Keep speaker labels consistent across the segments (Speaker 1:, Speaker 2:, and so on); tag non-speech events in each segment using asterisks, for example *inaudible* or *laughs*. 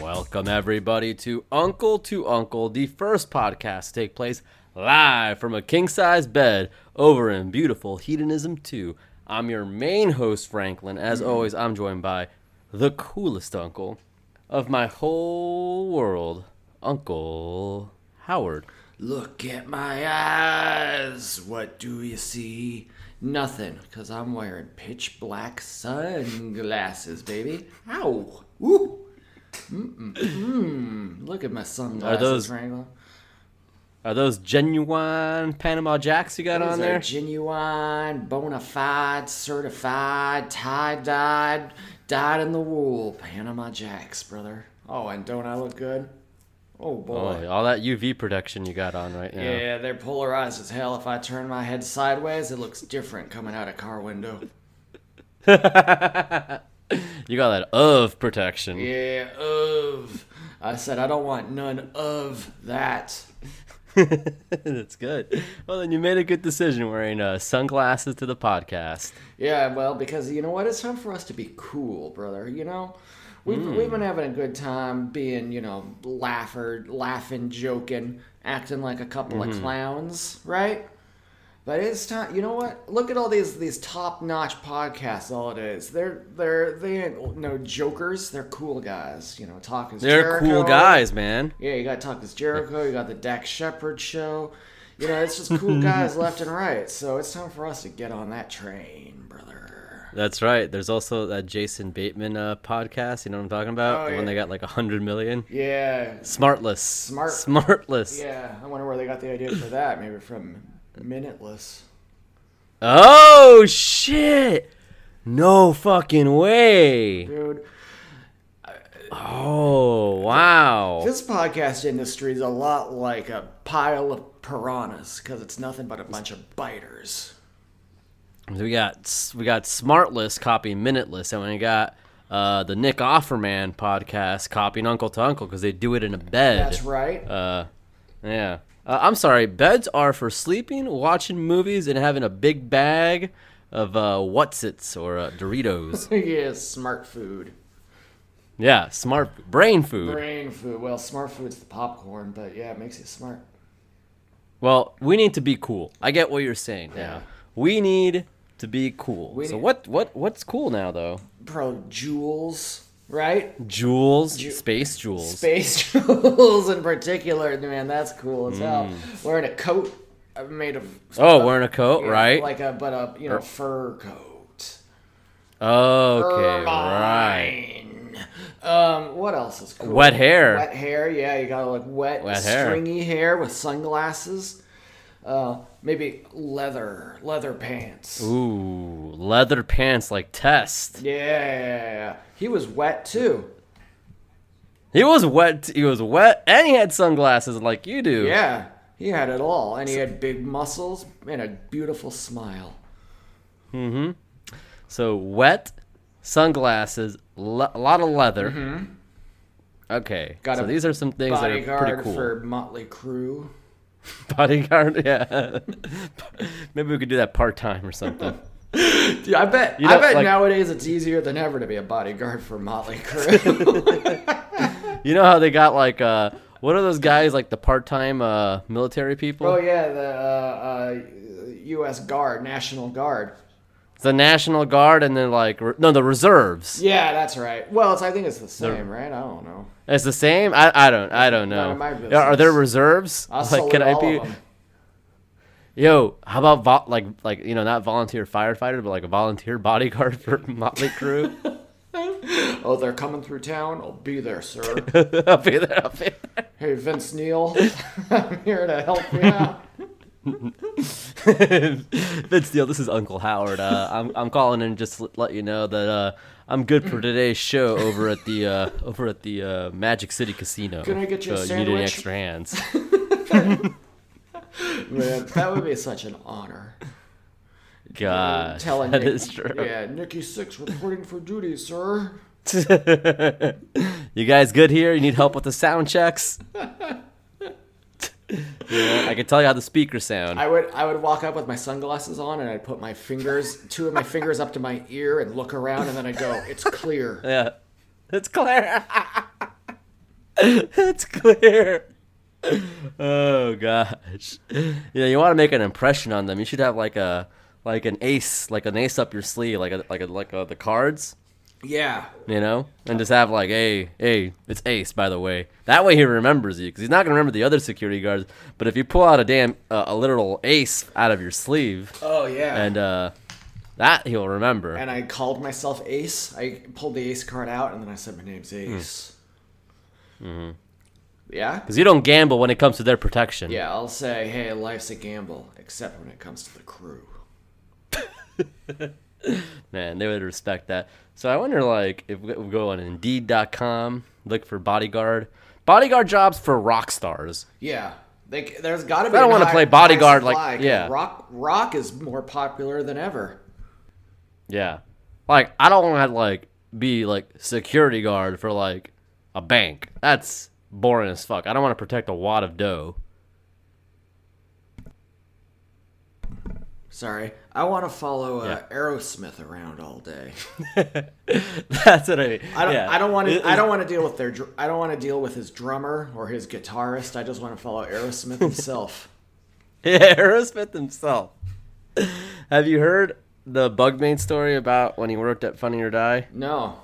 Speaker 1: Welcome, everybody, to Uncle to Uncle, the first podcast to take place live from a king size bed over in beautiful Hedonism 2. I'm your main host, Franklin. As
Speaker 2: Mm-hmm.
Speaker 1: always, I'm joined by the coolest uncle of my whole world, Uncle Howard.
Speaker 2: Look at my eyes. What do you see? Nothing, because I'm wearing pitch black sunglasses, baby. Ow! Woo! Mm-mm. Mm. Look at my sunglasses,
Speaker 1: those
Speaker 2: Franklin.
Speaker 1: Are those genuine Panama Jacks you got
Speaker 2: These
Speaker 1: on
Speaker 2: are
Speaker 1: there?
Speaker 2: genuine, bona fide, certified, tie dyed, dyed in the wool Panama Jacks, brother. Oh, and don't I look good? Oh boy.
Speaker 1: Oh, all that UV protection you got on right now.
Speaker 2: Yeah, they're polarized as hell. If I turn my head sideways, it looks different coming out a car window.
Speaker 1: You got that of protection.
Speaker 2: Yeah, of. I said I don't want none of that.
Speaker 1: *laughs* That's good. Well, then you made a good decision wearing uh, sunglasses to the podcast.
Speaker 2: Yeah, well, because you know what? It's time for us to be cool, brother. You know, we've
Speaker 1: Hmm.
Speaker 2: we've been having a good time being, you know, laugher, laughing, joking, acting like a couple
Speaker 1: Mm-hmm.
Speaker 2: of clowns, right? But it's time. You know what? Look at all these these top notch podcasts. All it is, they're they're they ain't no jokers. They're cool guys. You know, talking.
Speaker 1: They're cool guys, man.
Speaker 2: Yeah, you got Talk is Jericho, you got the Dak Shepard show. You know, it's just cool guys left and right. So it's time for us to get on that train, brother.
Speaker 1: That's right. There's also that Jason Bateman uh, podcast. You know what I'm talking about?
Speaker 2: Oh,
Speaker 1: the
Speaker 2: yeah.
Speaker 1: one they got like 100 million.
Speaker 2: Yeah.
Speaker 1: Smartless.
Speaker 2: Smart-
Speaker 1: Smartless.
Speaker 2: Yeah. I wonder where they got the idea for that. Maybe from Minuteless.
Speaker 1: Oh, shit. No fucking way.
Speaker 2: Dude,
Speaker 1: Oh, wow.
Speaker 2: this podcast industry is a lot like a pile of piranhas because it's nothing but a bunch of biters.
Speaker 1: We got we got Smartless copying Minuteless, and we got uh, the Nick Offerman podcast copying Uncle to Uncle because they do it in a bed.
Speaker 2: That's right.
Speaker 1: Uh, yeah. Uh, I'm sorry. Beds are for sleeping, watching movies, and having a big bag of uh, what's its or uh,
Speaker 2: *laughs*
Speaker 1: Doritos.
Speaker 2: yeah, smart food.
Speaker 1: yeah, smart brain food.
Speaker 2: Brain food. Well, smart food's the popcorn, but yeah, it makes you smart.
Speaker 1: Well, we need to be cool. I get what you're saying. Now
Speaker 2: Yeah.
Speaker 1: we need to be cool.
Speaker 2: We
Speaker 1: so
Speaker 2: need-
Speaker 1: what? What? What's cool now though?
Speaker 2: Pro jewels, right?
Speaker 1: Jewels, space jewels.
Speaker 2: Space *laughs* jewels in particular, man, that's cool as hell. Wearing a coat made of
Speaker 1: Mm. oh, wearing a coat,
Speaker 2: yeah,
Speaker 1: right? Er
Speaker 2: Like a but a you know fur coat.
Speaker 1: okay, right.
Speaker 2: Ermine. Um, what else is cool?
Speaker 1: Wet hair.
Speaker 2: Wet hair, yeah. You gotta look wet,
Speaker 1: Wet hair.
Speaker 2: stringy hair. with sunglasses. Uh, maybe leather, leather pants.
Speaker 1: Ooh, leather pants like Test.
Speaker 2: Yeah, he was wet too.
Speaker 1: He was wet. He was wet, and he had sunglasses like you do.
Speaker 2: Yeah, he had it all, and he had big muscles and a beautiful smile.
Speaker 1: So wet, sunglasses, le- a lot of leather. Okay.
Speaker 2: Mm-hmm. Got
Speaker 1: so
Speaker 2: a
Speaker 1: these are some things that are pretty
Speaker 2: bodyguard
Speaker 1: cool.
Speaker 2: for Motley Crue.
Speaker 1: *laughs* Bodyguard, yeah. *laughs* Maybe we could do that part time or something. *laughs*
Speaker 2: Dude, I bet.
Speaker 1: You
Speaker 2: I
Speaker 1: know,
Speaker 2: bet
Speaker 1: like-
Speaker 2: nowadays it's easier than ever to be a bodyguard for Motley Crue. *laughs*
Speaker 1: you know how they got like uh, what are those guys like the part time uh military people?
Speaker 2: oh yeah, the uh, uh, U.S. Guard, National Guard.
Speaker 1: The National Guard and then like re- no the reserves.
Speaker 2: Yeah, that's right. Well, it's, I think it's the same, right? I don't know.
Speaker 1: It's the same. I, I don't I don't
Speaker 2: None
Speaker 1: know.
Speaker 2: of my
Speaker 1: Are- Are there
Speaker 2: business.
Speaker 1: reserves?
Speaker 2: I'll
Speaker 1: like
Speaker 2: salute
Speaker 1: can I
Speaker 2: all
Speaker 1: be?
Speaker 2: of them.
Speaker 1: Yo, how about vo- like like you know not volunteer firefighter but like a volunteer bodyguard for *laughs* Motley Crue?
Speaker 2: Oh, they're coming through town. I'll be there, sir.
Speaker 1: *laughs* I'll be there. I'll be there.
Speaker 2: hey, Vince Neil, *laughs* I'm here to help you
Speaker 1: *laughs*
Speaker 2: out.
Speaker 1: Vince Neil, this is Uncle Howard. Uh, I'm I'm calling in just to let you know that uh, I'm good for today's show over at the uh, over at the uh, Magic City Casino.
Speaker 2: Can I get you a
Speaker 1: So need any
Speaker 2: sandwich? *laughs*
Speaker 1: extra hands? *laughs*
Speaker 2: Man, that would be such an honor.
Speaker 1: God,
Speaker 2: telling
Speaker 1: Uh, that
Speaker 2: Nick-
Speaker 1: is true.
Speaker 2: Yeah, Nikki Six reporting for duty, sir.
Speaker 1: You guys good here? You need help with the
Speaker 2: *laughs*
Speaker 1: sound checks? *laughs* yeah, I can tell you how the speakers sound.
Speaker 2: I would I would walk up with my sunglasses on and I'd put my fingers, two of my fingers up to my ear and look around and then I'd go, it's clear.
Speaker 1: Yeah, *laughs* it's clear. That's clear. Oh gosh. Yeah, you want to make an impression on them. You should have like a like an ace, like an ace up your sleeve, like a, like a, like a, the cards,
Speaker 2: Yeah.
Speaker 1: you know, and just have like, hey, hey, it's Ace, by the way. That way he remembers you because he's not gonna remember the other security guards. But if you pull out a damn uh, a literal ace out of your sleeve,
Speaker 2: Oh yeah.
Speaker 1: and uh, that he'll remember.
Speaker 2: and I called myself Ace. I pulled the Ace card out, and then I said, "My name's
Speaker 1: Hmm.
Speaker 2: Ace." Mm-hmm. Yeah.
Speaker 1: Because you don't gamble when it comes to their protection.
Speaker 2: Yeah, I'll say, "Hey, life's a gamble," except when it comes to the crew.
Speaker 1: Man, they would respect that. So I wonder, like, if we we go on Indeed.com, look for bodyguard. Bodyguard jobs for rock stars.
Speaker 2: Yeah. They, c- there's got to be.
Speaker 1: I don't
Speaker 2: an
Speaker 1: wanna
Speaker 2: high-
Speaker 1: play
Speaker 2: high
Speaker 1: bodyguard, like-
Speaker 2: supply, 'cause
Speaker 1: yeah.
Speaker 2: Rock, rock is more popular than ever.
Speaker 1: Yeah. Like, I don't want to, like, be, like, security guard for, like, a bank. That's boring as fuck. I don't want to protect a wad of dough. *laughs*
Speaker 2: Sorry, I want to follow uh,
Speaker 1: Yeah.
Speaker 2: Aerosmith around all day. *laughs*
Speaker 1: That's what I mean.
Speaker 2: I don't.
Speaker 1: Yeah.
Speaker 2: I don't want
Speaker 1: It-
Speaker 2: to. I don't want to deal with their. dr- I don't want to deal with his drummer or his guitarist. I just want to follow Aerosmith
Speaker 1: *laughs*
Speaker 2: himself.
Speaker 1: *laughs* Yeah, Aerosmith himself. *laughs* Have you heard the Bugmain story about when he worked at Funny or Die?
Speaker 2: No,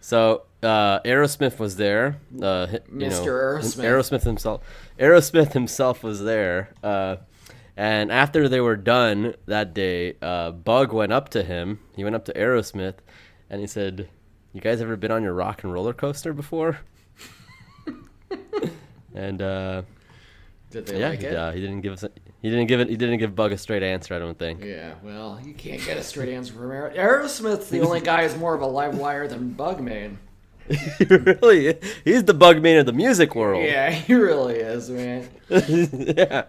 Speaker 1: So uh, Aerosmith was there. Uh, hi- you know,
Speaker 2: Mr. Aerosmith.
Speaker 1: Aerosmith himself. Aerosmith himself was there. Uh, and after they were done that day, uh, Bug went up to him. He went up to Aerosmith, and he said, "You guys ever been on your rock and roller coaster before?" *laughs* and uh,
Speaker 2: did they
Speaker 1: yeah,
Speaker 2: like
Speaker 1: he,
Speaker 2: it?
Speaker 1: uh, he didn't give us. a- he didn't give it. He didn't give Bug a straight answer. I don't think.
Speaker 2: Yeah. Well, you can't get a straight answer from Aer- Aerosmith. The only guy who's more of a live wire than Bugman.
Speaker 1: *laughs* really, he's the Bug man of the music world.
Speaker 2: Yeah, he really is, man.
Speaker 1: *laughs* yeah.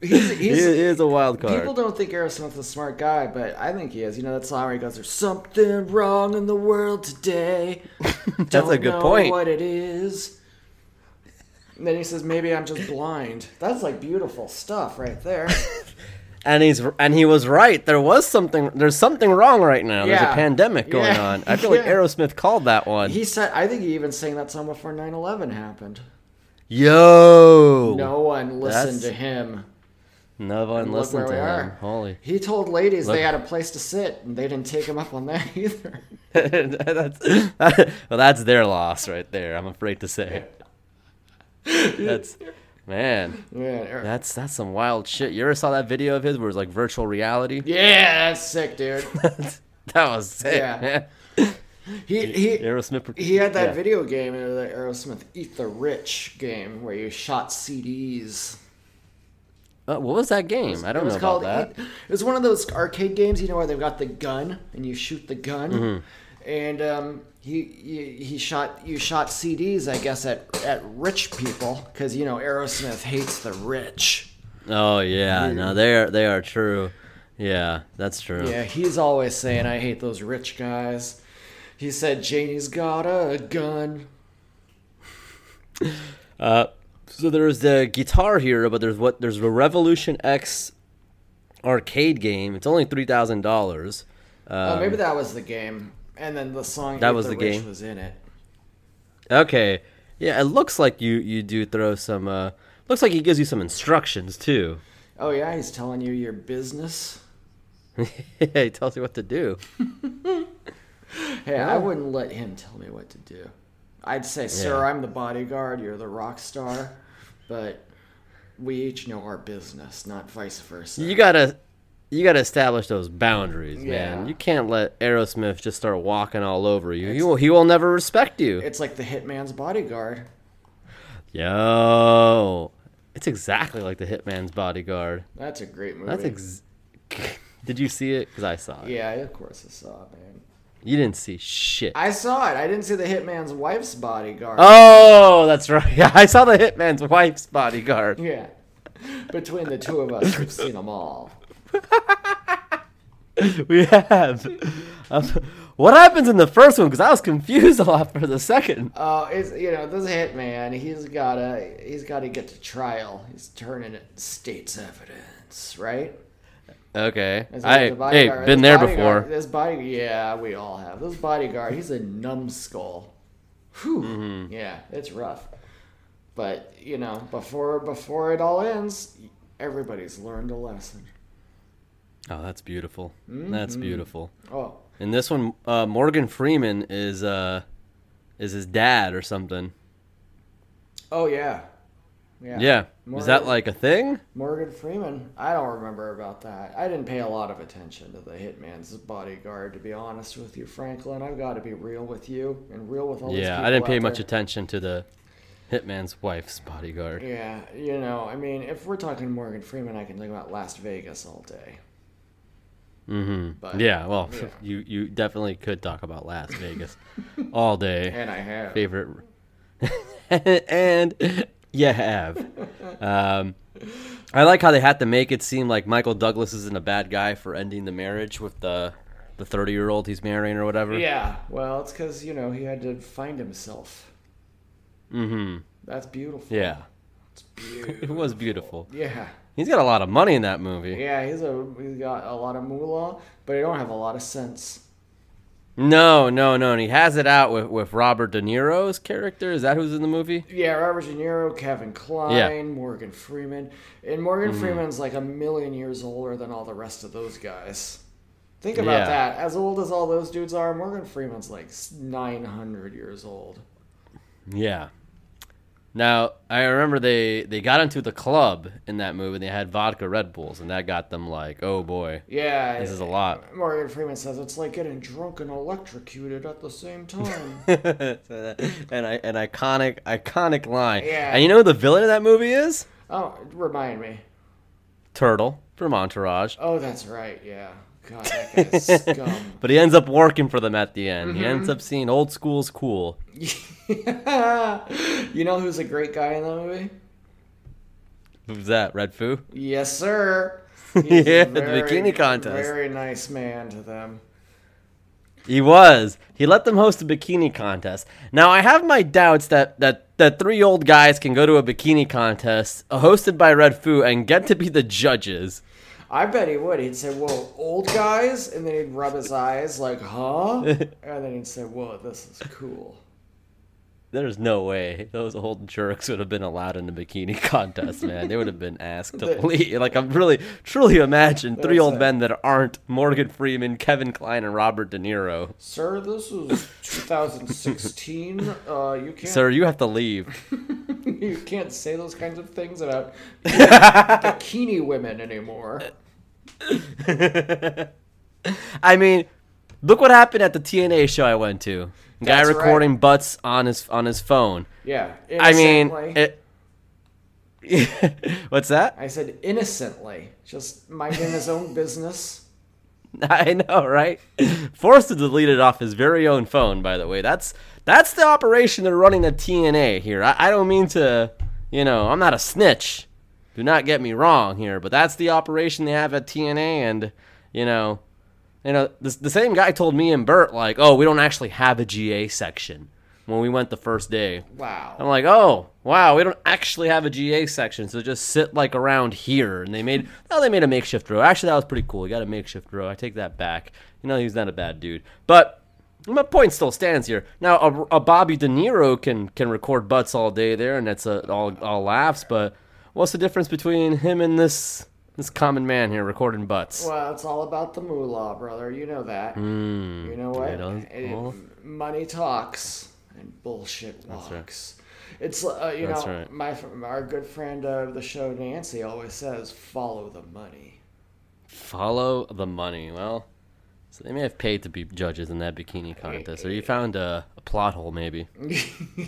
Speaker 2: He's,
Speaker 1: *laughs* He
Speaker 2: he's,
Speaker 1: is a wild card.
Speaker 2: People don't think Aerosmith's a smart guy, but I think he is. You know that song where he goes, "There's something wrong in the world today." That's
Speaker 1: a good point.
Speaker 2: What it is. And then he says, "Maybe I'm just blind." That's like beautiful stuff right
Speaker 1: *laughs*
Speaker 2: there.
Speaker 1: and he's and he was right. There was something. There's something wrong right now. There's a
Speaker 2: Yeah.
Speaker 1: pandemic going
Speaker 2: Yeah. *laughs*
Speaker 1: on. I feel like
Speaker 2: Yeah.
Speaker 1: Aerosmith called that one.
Speaker 2: he said, "I think he even sang that song before 9/11 happened."
Speaker 1: Yo,
Speaker 2: No one listened
Speaker 1: That's-
Speaker 2: to him.
Speaker 1: no one
Speaker 2: Look
Speaker 1: listened
Speaker 2: where
Speaker 1: to
Speaker 2: we
Speaker 1: him.
Speaker 2: are.
Speaker 1: Holy, *laughs*
Speaker 2: He told ladies
Speaker 1: Look.
Speaker 2: they had a place to sit, and they didn't take him up on that *laughs* either.
Speaker 1: that's well, that's *laughs* their loss right there. I'm afraid to say.
Speaker 2: *laughs*
Speaker 1: that's man.
Speaker 2: Yeah, Aer-
Speaker 1: That's that's some wild shit. You ever saw that video of his where it's like virtual reality?
Speaker 2: yeah, that's sick,
Speaker 1: *laughs*
Speaker 2: dude.
Speaker 1: that was sick.
Speaker 2: Yeah.
Speaker 1: man.
Speaker 2: He he.
Speaker 1: Aerosmith.
Speaker 2: He had that
Speaker 1: yeah.
Speaker 2: video game, uh, the Aerosmith Eat the Rich game, where you shot CDs.
Speaker 1: Uh, what was that game? I don't
Speaker 2: it was
Speaker 1: know
Speaker 2: called
Speaker 1: about
Speaker 2: Eat- it was one of those arcade games, you know, where they've got the gun and you shoot the gun.
Speaker 1: Mm-hmm.
Speaker 2: And um, he, he he shot you shot CDs, I guess, at at rich people because you know Aerosmith hates the rich.
Speaker 1: that. Oh yeah, no, they are they are true. Yeah, that's true.
Speaker 2: Yeah, he's always saying, "I hate those rich guys." He said, "Janie's got a gun."
Speaker 1: So there's the Guitar Hero, but there's what there's the Revolution X arcade game. It's only three thousand dollars.
Speaker 2: oh, maybe that was the game, and then the song
Speaker 1: Um, That
Speaker 2: Eat
Speaker 1: was
Speaker 2: the,
Speaker 1: the
Speaker 2: Rich
Speaker 1: game.
Speaker 2: was in it.
Speaker 1: Okay, yeah, it looks like you you do throw some. uh Looks like he gives you some instructions too. *laughs*
Speaker 2: Oh yeah, he's telling you your business.
Speaker 1: he tells you what to do.
Speaker 2: Hey, I wouldn't let him tell me what to do. I'd say, "Sir,
Speaker 1: Yeah.
Speaker 2: I'm the bodyguard. You're the rock star," but we each know our business, not vice versa.
Speaker 1: You gotta. You gotta establish those boundaries, man.
Speaker 2: Yeah.
Speaker 1: You can't let Aerosmith just start walking all over you. He will, he will never respect you.
Speaker 2: It's like the hitman's bodyguard.
Speaker 1: Yo, it's exactly like the Hitman's Bodyguard.
Speaker 2: That's a great movie.
Speaker 1: That's ex. *laughs* Did you see it? Because I saw it.
Speaker 2: yeah, of course I saw it, man.
Speaker 1: You didn't see shit.
Speaker 2: I saw it. I didn't see the hitman's wife's bodyguard.
Speaker 1: oh, that's right. *laughs* Yeah, I saw the Hitman's wife's
Speaker 2: *laughs*
Speaker 1: bodyguard. *laughs*
Speaker 2: Yeah. Between the two of us, we've seen them all.
Speaker 1: We have. Um, what happens in the first one? Because I was confused a lot for the second.
Speaker 2: Uh, it's you know this hitman. He's gotta he's gotta get to trial. He's turning it state's evidence, right?
Speaker 1: Okay.
Speaker 2: It's like
Speaker 1: I,
Speaker 2: the
Speaker 1: hey,
Speaker 2: bodyguard-
Speaker 1: been
Speaker 2: this
Speaker 1: there
Speaker 2: bodyguard-
Speaker 1: before.
Speaker 2: This body, yeah, we all have. This bodyguard, he's a numbskull. Whew.
Speaker 1: Mm-hmm.
Speaker 2: Yeah, it's rough. But you know, before before it all ends, everybody's learned a lesson.
Speaker 1: Oh, that's beautiful.
Speaker 2: Mm-hmm.
Speaker 1: That's beautiful.
Speaker 2: Oh,
Speaker 1: And this one, uh, Morgan Freeman is uh, is his dad or something.
Speaker 2: oh yeah, yeah.
Speaker 1: Yeah. Is that
Speaker 2: Morgan-
Speaker 1: like a thing?
Speaker 2: Morgan Freeman. I don't remember about that. I didn't pay a lot of attention to the hitman's bodyguard, to be honest with you, Franklin. I've got to be real with you and real with all these
Speaker 1: Yeah,
Speaker 2: people
Speaker 1: I didn't
Speaker 2: out
Speaker 1: pay much
Speaker 2: there.
Speaker 1: attention to the hitman's wife's bodyguard.
Speaker 2: Yeah, you know, I mean, if we're talking Morgan Freeman, I can think about Las Vegas all day.
Speaker 1: Mm-hmm.
Speaker 2: But
Speaker 1: yeah, well,
Speaker 2: yeah.
Speaker 1: *laughs* you you definitely could talk about Las Vegas all day.
Speaker 2: and I have.
Speaker 1: Favorite, *laughs* and you have. Um, I like how they had to make it seem like Michael Douglas isn't a bad guy for ending the marriage with the the thirty year old he's marrying or whatever.
Speaker 2: Yeah, well, it's because you know he had to find himself.
Speaker 1: Mm-hmm.
Speaker 2: That's beautiful.
Speaker 1: Yeah.
Speaker 2: It's
Speaker 1: It
Speaker 2: beautiful.
Speaker 1: was beautiful.
Speaker 2: *laughs* yeah,
Speaker 1: He's got a lot of money in that movie.
Speaker 2: yeah. He's a he's got a lot of moolah, but he don't have a lot of sense.
Speaker 1: No, no, no. And he has it out with, with Robert De Niro's character. Is that who's in the movie?
Speaker 2: Yeah, Robert De Niro, Kevin Kline, Morgan Freeman, and Morgan
Speaker 1: Mm.
Speaker 2: Freeman's like a million years older than all the rest of those guys. Think about
Speaker 1: Yeah.
Speaker 2: that. As old as all those dudes are, Morgan Freeman's like nine hundred years old.
Speaker 1: Yeah. Now I remember they they got into the club in that movie. and They had vodka Red Bulls, and that got them like, oh boy,
Speaker 2: Yeah,
Speaker 1: this is a lot.
Speaker 2: Morgan Freeman says it's like getting drunk and electrocuted at the same
Speaker 1: *laughs*
Speaker 2: time.
Speaker 1: *laughs* So that- and I an iconic iconic line.
Speaker 2: Yeah.
Speaker 1: And you know who the villain of that movie is
Speaker 2: oh, remind me.
Speaker 1: Turtle from Entourage.
Speaker 2: Oh, that's right. Yeah. God,
Speaker 1: *laughs*
Speaker 2: that guy's scum. *laughs*
Speaker 1: But he ends up working for them at the end. He ends up seeing old school's cool.
Speaker 2: you know who's a great guy in that movie?
Speaker 1: Who's that? Red Foo.
Speaker 2: Yes,
Speaker 1: *laughs*
Speaker 2: sir.
Speaker 1: Yeah,
Speaker 2: a
Speaker 1: the bikini contest.
Speaker 2: Very nice man to them.
Speaker 1: He was. He let them host a bikini contest. Now I have my doubts that that that three old guys can go to a bikini contest uh, hosted by Red Foo and get to be the judges.
Speaker 2: I bet he would. He'd say, "Whoa, old guys," and then he'd rub his eyes like,
Speaker 1: *laughs*
Speaker 2: "Huh?" and then he'd say, "Whoa, this is cool."
Speaker 1: There's no way those old jerks would have been allowed in the bikini *laughs* contest, man. They would have been asked to
Speaker 2: They-
Speaker 1: leave. Like I'm really, truly imagine three
Speaker 2: That's
Speaker 1: old
Speaker 2: it.
Speaker 1: men that aren't Morgan Freeman, Kevin Klein, and Robert De Niro.
Speaker 2: Sir, this is 2016. Uh, you can't
Speaker 1: Sir, you have to leave.
Speaker 2: *laughs* you can't say those kinds of things about bikini women anymore.
Speaker 1: Uh, *laughs* I mean, look what happened at the TNA show I went to. Guy
Speaker 2: That's right.
Speaker 1: recording butts on his on his phone.
Speaker 2: Yeah,
Speaker 1: I mean,
Speaker 2: innocently.
Speaker 1: it, *laughs* what's that?
Speaker 2: I said innocently, just minding his
Speaker 1: *laughs*
Speaker 2: own business.
Speaker 1: I know, right? Forced to delete it off his very own phone. By the way, that's that's the operation they're running at TNA here. I, I don't mean to, you know, I'm not a snitch. Do not get me wrong here, but that's the operation they have at TNA, and you know, you know, the, the same guy told me and Bert like, oh, we don't actually have a GA section when we went the first day. I'm
Speaker 2: Wow.
Speaker 1: like, oh wow, we don't actually have a GA section, so just sit like around here. And they made *laughs* no, they made a makeshift row. Actually, that was pretty cool. You got a makeshift row. I take that back. You know, he's not a bad dude, but my point still stands here. Now, a, a Bobby De Niro can can record butts all day there, and that's a, all all laughs. But what's the difference between him and this this common man here recording butts?
Speaker 2: Well, it's all about the moolah, brother. You know that.
Speaker 1: Hmm.
Speaker 2: you know what?
Speaker 1: it does-
Speaker 2: It-
Speaker 1: well.
Speaker 2: money talks and bullshit walks. It's uh, you
Speaker 1: That's
Speaker 2: know
Speaker 1: right.
Speaker 2: my fr- our good friend of the show Nancy always says follow the money. *laughs*
Speaker 1: Follow the money. Well, so they may have paid to be judges in that bikini contest, or you found a, a plot hole maybe.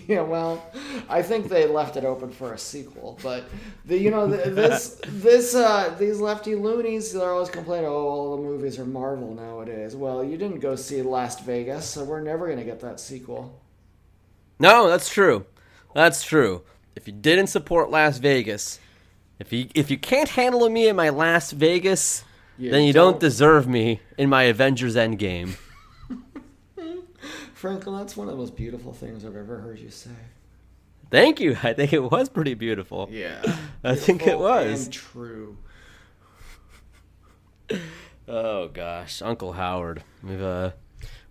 Speaker 2: yeah, well, I think they left it open for a sequel, but the, you know
Speaker 1: *laughs*
Speaker 2: th this this uh, these lefty loonies they're always complaining, oh, all the movies are Marvel nowadays. Well, you didn't go see Las Vegas, so we're never gonna get that sequel.
Speaker 1: No, that's true. That's true. If you didn't support Las Vegas, if you if you can't handle me in my Las Vegas,
Speaker 2: You
Speaker 1: then you don't.
Speaker 2: don't.
Speaker 1: deserve me in my Avengers Endgame.
Speaker 2: Franklin, that's one of the most beautiful things I've ever heard you say.
Speaker 1: Thank you. *laughs* I think it was pretty beautiful.
Speaker 2: *laughs* Yeah,
Speaker 1: I think it was.
Speaker 2: and true.
Speaker 1: Oh gosh, Uncle Howard. We've uh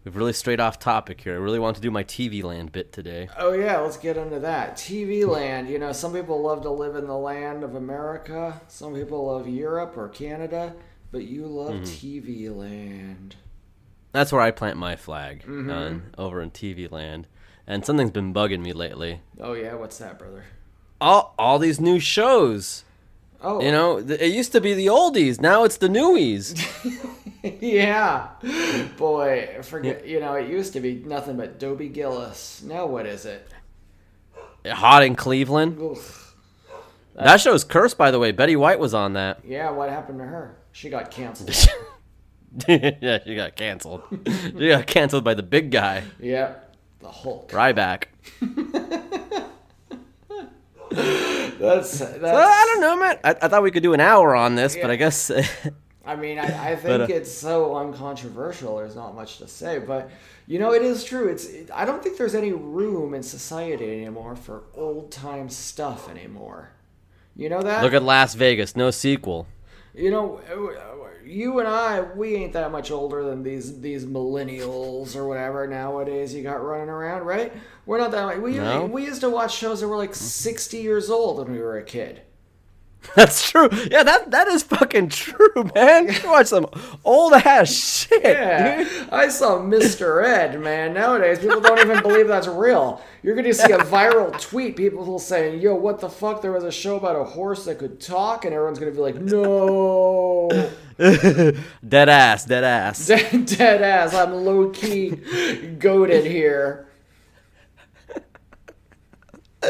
Speaker 1: We've really straight off topic here. I really want to do my TV land bit today.
Speaker 2: Oh yeah, let's get into that. TV land, you know, some people love to live in the land of America, some people love Europe or Canada, but you love
Speaker 1: Mm-hmm.
Speaker 2: TV land.
Speaker 1: That's where I plant my flag
Speaker 2: Mm-hmm.
Speaker 1: on, over in TV land. And something's been bugging me lately.
Speaker 2: Oh yeah, what's that, brother?
Speaker 1: All all these new shows.
Speaker 2: Oh,
Speaker 1: You know, th- it used to be the oldies, now it's the newies.
Speaker 2: *laughs* yeah, boy, forget. You know, it used to be nothing but Dobie Gillis. Now what is it?
Speaker 1: *laughs* Hot in Cleveland.
Speaker 2: Ugh.
Speaker 1: That show's cursed, by the way. Betty White was on that. *laughs*
Speaker 2: Yeah, what happened to her? She got canceled.
Speaker 1: yeah, she got canceled. she got canceled by the big guy,
Speaker 2: yep, the Hulk.
Speaker 1: Ryback. *laughs*
Speaker 2: That's that's.
Speaker 1: Well, Uh, I don't know, man. I, I thought we could do an hour on this, but I guess *laughs*
Speaker 2: I mean, I, I think
Speaker 1: But, uh,
Speaker 2: it's so uncontroversial. There's not much to say, but you know, it is true. It's it, I don't think there's any room in society anymore for old time stuff anymore. You know that?
Speaker 1: look at Las Vegas, no sequel. *laughs*
Speaker 2: you know, you and I, we ain't that much older than these these millennials or whatever nowadays. You got running around, right? We're not that. Like, we
Speaker 1: No. Mm.
Speaker 2: we used to watch shows that were like 60 years old when we were a kid.
Speaker 1: That's true. Yeah, that that is fucking true, man. You watch some old ass shit,
Speaker 2: Yeah,
Speaker 1: dude.
Speaker 2: *laughs* I saw Mr. Ed, man. Nowadays, people don't even believe that's real. You're going to see a viral tweet. People will say, yo, what the fuck? There was a show about a horse that could talk, and everyone's going to be like,
Speaker 1: *laughs*
Speaker 2: no.
Speaker 1: Dead ass, dead ass.
Speaker 2: Dead, dead ass. I'm low key goaded here.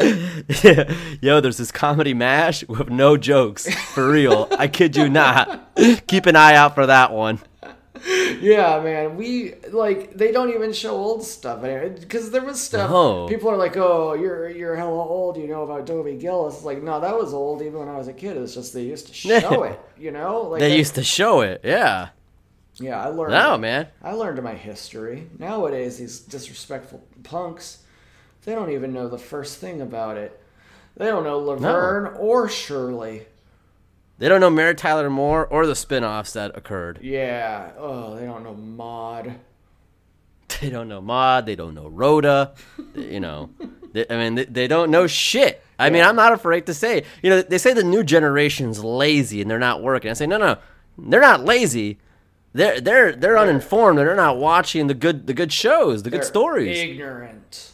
Speaker 1: Yeah. *laughs* Yo, there's this comedy mash with no jokes. For real. I kid you not. Keep an eye out for that one.
Speaker 2: Yeah, man. We, like, they don't even show old stuff Because there was stuff.
Speaker 1: No.
Speaker 2: People are like, oh, you're you're hella old. You know about Dobie Gillis. It's like, no, that was old even when I was a kid. It's just they used
Speaker 1: *laughs*
Speaker 2: to show it, you know? Like
Speaker 1: They
Speaker 2: that-
Speaker 1: used to show it. Yeah.
Speaker 2: Yeah, I learned.
Speaker 1: No, man.
Speaker 2: I learned my history. Nowadays, these disrespectful punks, they don't even know the first thing about it. They don't know Laverne or Shirley.
Speaker 1: They don't know Mary Tyler Moore or the spin-offs that occurred.
Speaker 2: Yeah. Oh, they don't know Maud.
Speaker 1: They don't know Maud. They don't know Rhoda. They- you know, they, I mean, they, they don't know shit. I mean, I'm not afraid to say. You know, they say the new generation's lazy and they're not working. I say, no, no, they're not lazy. They're they're they're uninformed. and They're not watching the good the good shows, the good
Speaker 2: They're
Speaker 1: stories.
Speaker 2: Ignorant.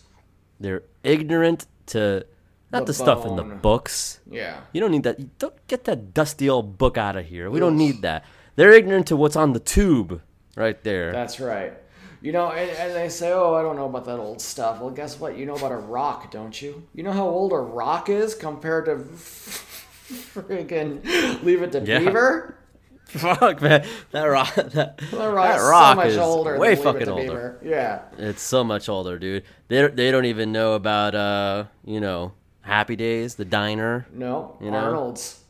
Speaker 1: they're ignorant to not the,
Speaker 2: The
Speaker 1: stuff in the
Speaker 2: bone.
Speaker 1: books.
Speaker 2: Yeah.
Speaker 1: You don't need that. you Don't get that dusty old book out of here. We don't need that. They're ignorant to what's on the tube right there.
Speaker 2: That's right. You know, and, and they say, oh, I don't know about that old stuff. Well, guess what? You know about a rock, don't you? You know how old a rock is compared to *laughs* freaking Leave It to
Speaker 1: Yeah.
Speaker 2: Beaver?
Speaker 1: *laughs* Fuck man, that rock. That,
Speaker 2: That rock's
Speaker 1: that rock
Speaker 2: so much
Speaker 1: is
Speaker 2: older
Speaker 1: way
Speaker 2: than Leave It
Speaker 1: fucking
Speaker 2: to
Speaker 1: older.
Speaker 2: Beaver. Yeah.
Speaker 1: It's so much older, dude. They don't- they don't even know about uh you know Happy Days, the diner,
Speaker 2: No,
Speaker 1: know?
Speaker 2: Arnold's.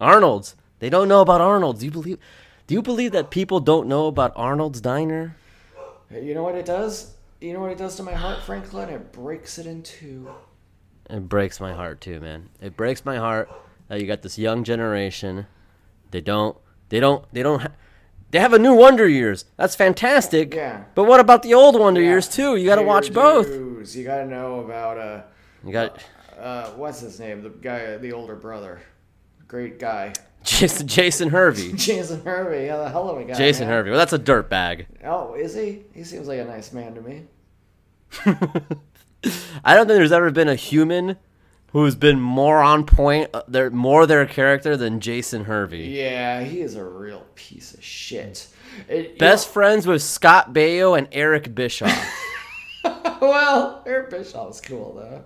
Speaker 1: Arnold's. They don't know about Arnold's. Do you believe? Do you believe that people don't know about Arnold's diner?
Speaker 2: You know what it does? You know what it does to my heart, Franklin? It breaks it in two.
Speaker 1: It breaks my heart too, man. It breaks my heart that you got this young generation. They don't. They don't. They don't. Ha- they have a new Wonder Years. That's fantastic.
Speaker 2: Yeah.
Speaker 1: But what about the old Wonder
Speaker 2: Yeah.
Speaker 1: Years too? You got to
Speaker 2: Your
Speaker 1: watch both.
Speaker 2: dues. You gotta know about uh,
Speaker 1: You got. *laughs*
Speaker 2: uh, what's his name? The guy, the older brother, great guy, *laughs*
Speaker 1: Jason Jason Hervey.
Speaker 2: Jason Hervey. Yeah, the hell of a guy.
Speaker 1: Jason
Speaker 2: man.
Speaker 1: Hervey. Well, that's a dirt bag.
Speaker 2: Oh, is he? He seems like a nice man to me.
Speaker 1: I don't think there's ever been a human who's been more on point, uh, their more their character than Jason Hervey.
Speaker 2: Yeah, he is a real piece of shit. It- you
Speaker 1: Best friends with Scott Baio and Eric Bischoff.
Speaker 2: know- *laughs* well, Eric Bischoff's cool though.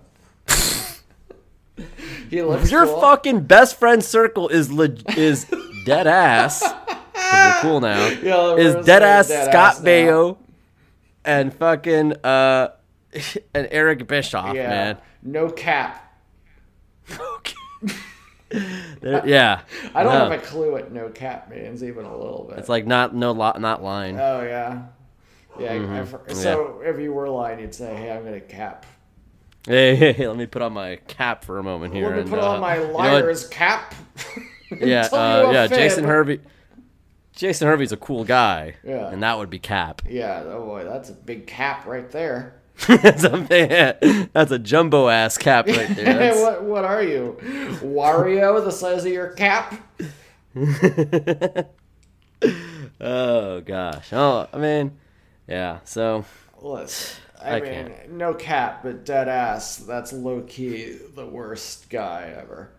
Speaker 2: *laughs* he looks.
Speaker 1: Your
Speaker 2: cool.
Speaker 1: fucking best friend circle is leg- is dead ass. 'cause We're cool now.
Speaker 2: *laughs* Yeah, we're
Speaker 1: is dead ass
Speaker 2: dead
Speaker 1: Scott
Speaker 2: ass now.
Speaker 1: Baio and fucking uh *laughs* and Eric Bischoff,
Speaker 2: Yeah.
Speaker 1: man.
Speaker 2: *laughs*
Speaker 1: *laughs*
Speaker 2: No cap.
Speaker 1: They're- yeah.
Speaker 2: I don't
Speaker 1: No.
Speaker 2: have a clue what no cap means, even a little bit.
Speaker 1: It's like not no lot not lying.
Speaker 2: oh yeah, yeah.
Speaker 1: Mm-hmm.
Speaker 2: I- I fr- so if you were lying, you'd say, "Hey, I'm gonna cap."
Speaker 1: Hey, hey, hey, let me put on my cap for a moment here.
Speaker 2: Let me
Speaker 1: and,
Speaker 2: put
Speaker 1: uh,
Speaker 2: on my
Speaker 1: you know what?
Speaker 2: liar's cap. *laughs*
Speaker 1: yeah,
Speaker 2: Tell
Speaker 1: uh,
Speaker 2: you a
Speaker 1: yeah. Jason
Speaker 2: fib.
Speaker 1: Hervey. Jason Hervey's a cool guy.
Speaker 2: Yeah.
Speaker 1: And that would be Cap.
Speaker 2: Yeah, oh boy, that's a big cap right there.
Speaker 1: that's a man. That's a jumbo ass cap right
Speaker 2: *laughs*
Speaker 1: there. That's-
Speaker 2: what what are you? Wario, the size of your cap?
Speaker 1: oh gosh. Oh man. Yeah. So
Speaker 2: Look, I,
Speaker 1: I
Speaker 2: mean,
Speaker 1: can't.
Speaker 2: no cap, but dead ass. That's low key the worst guy ever.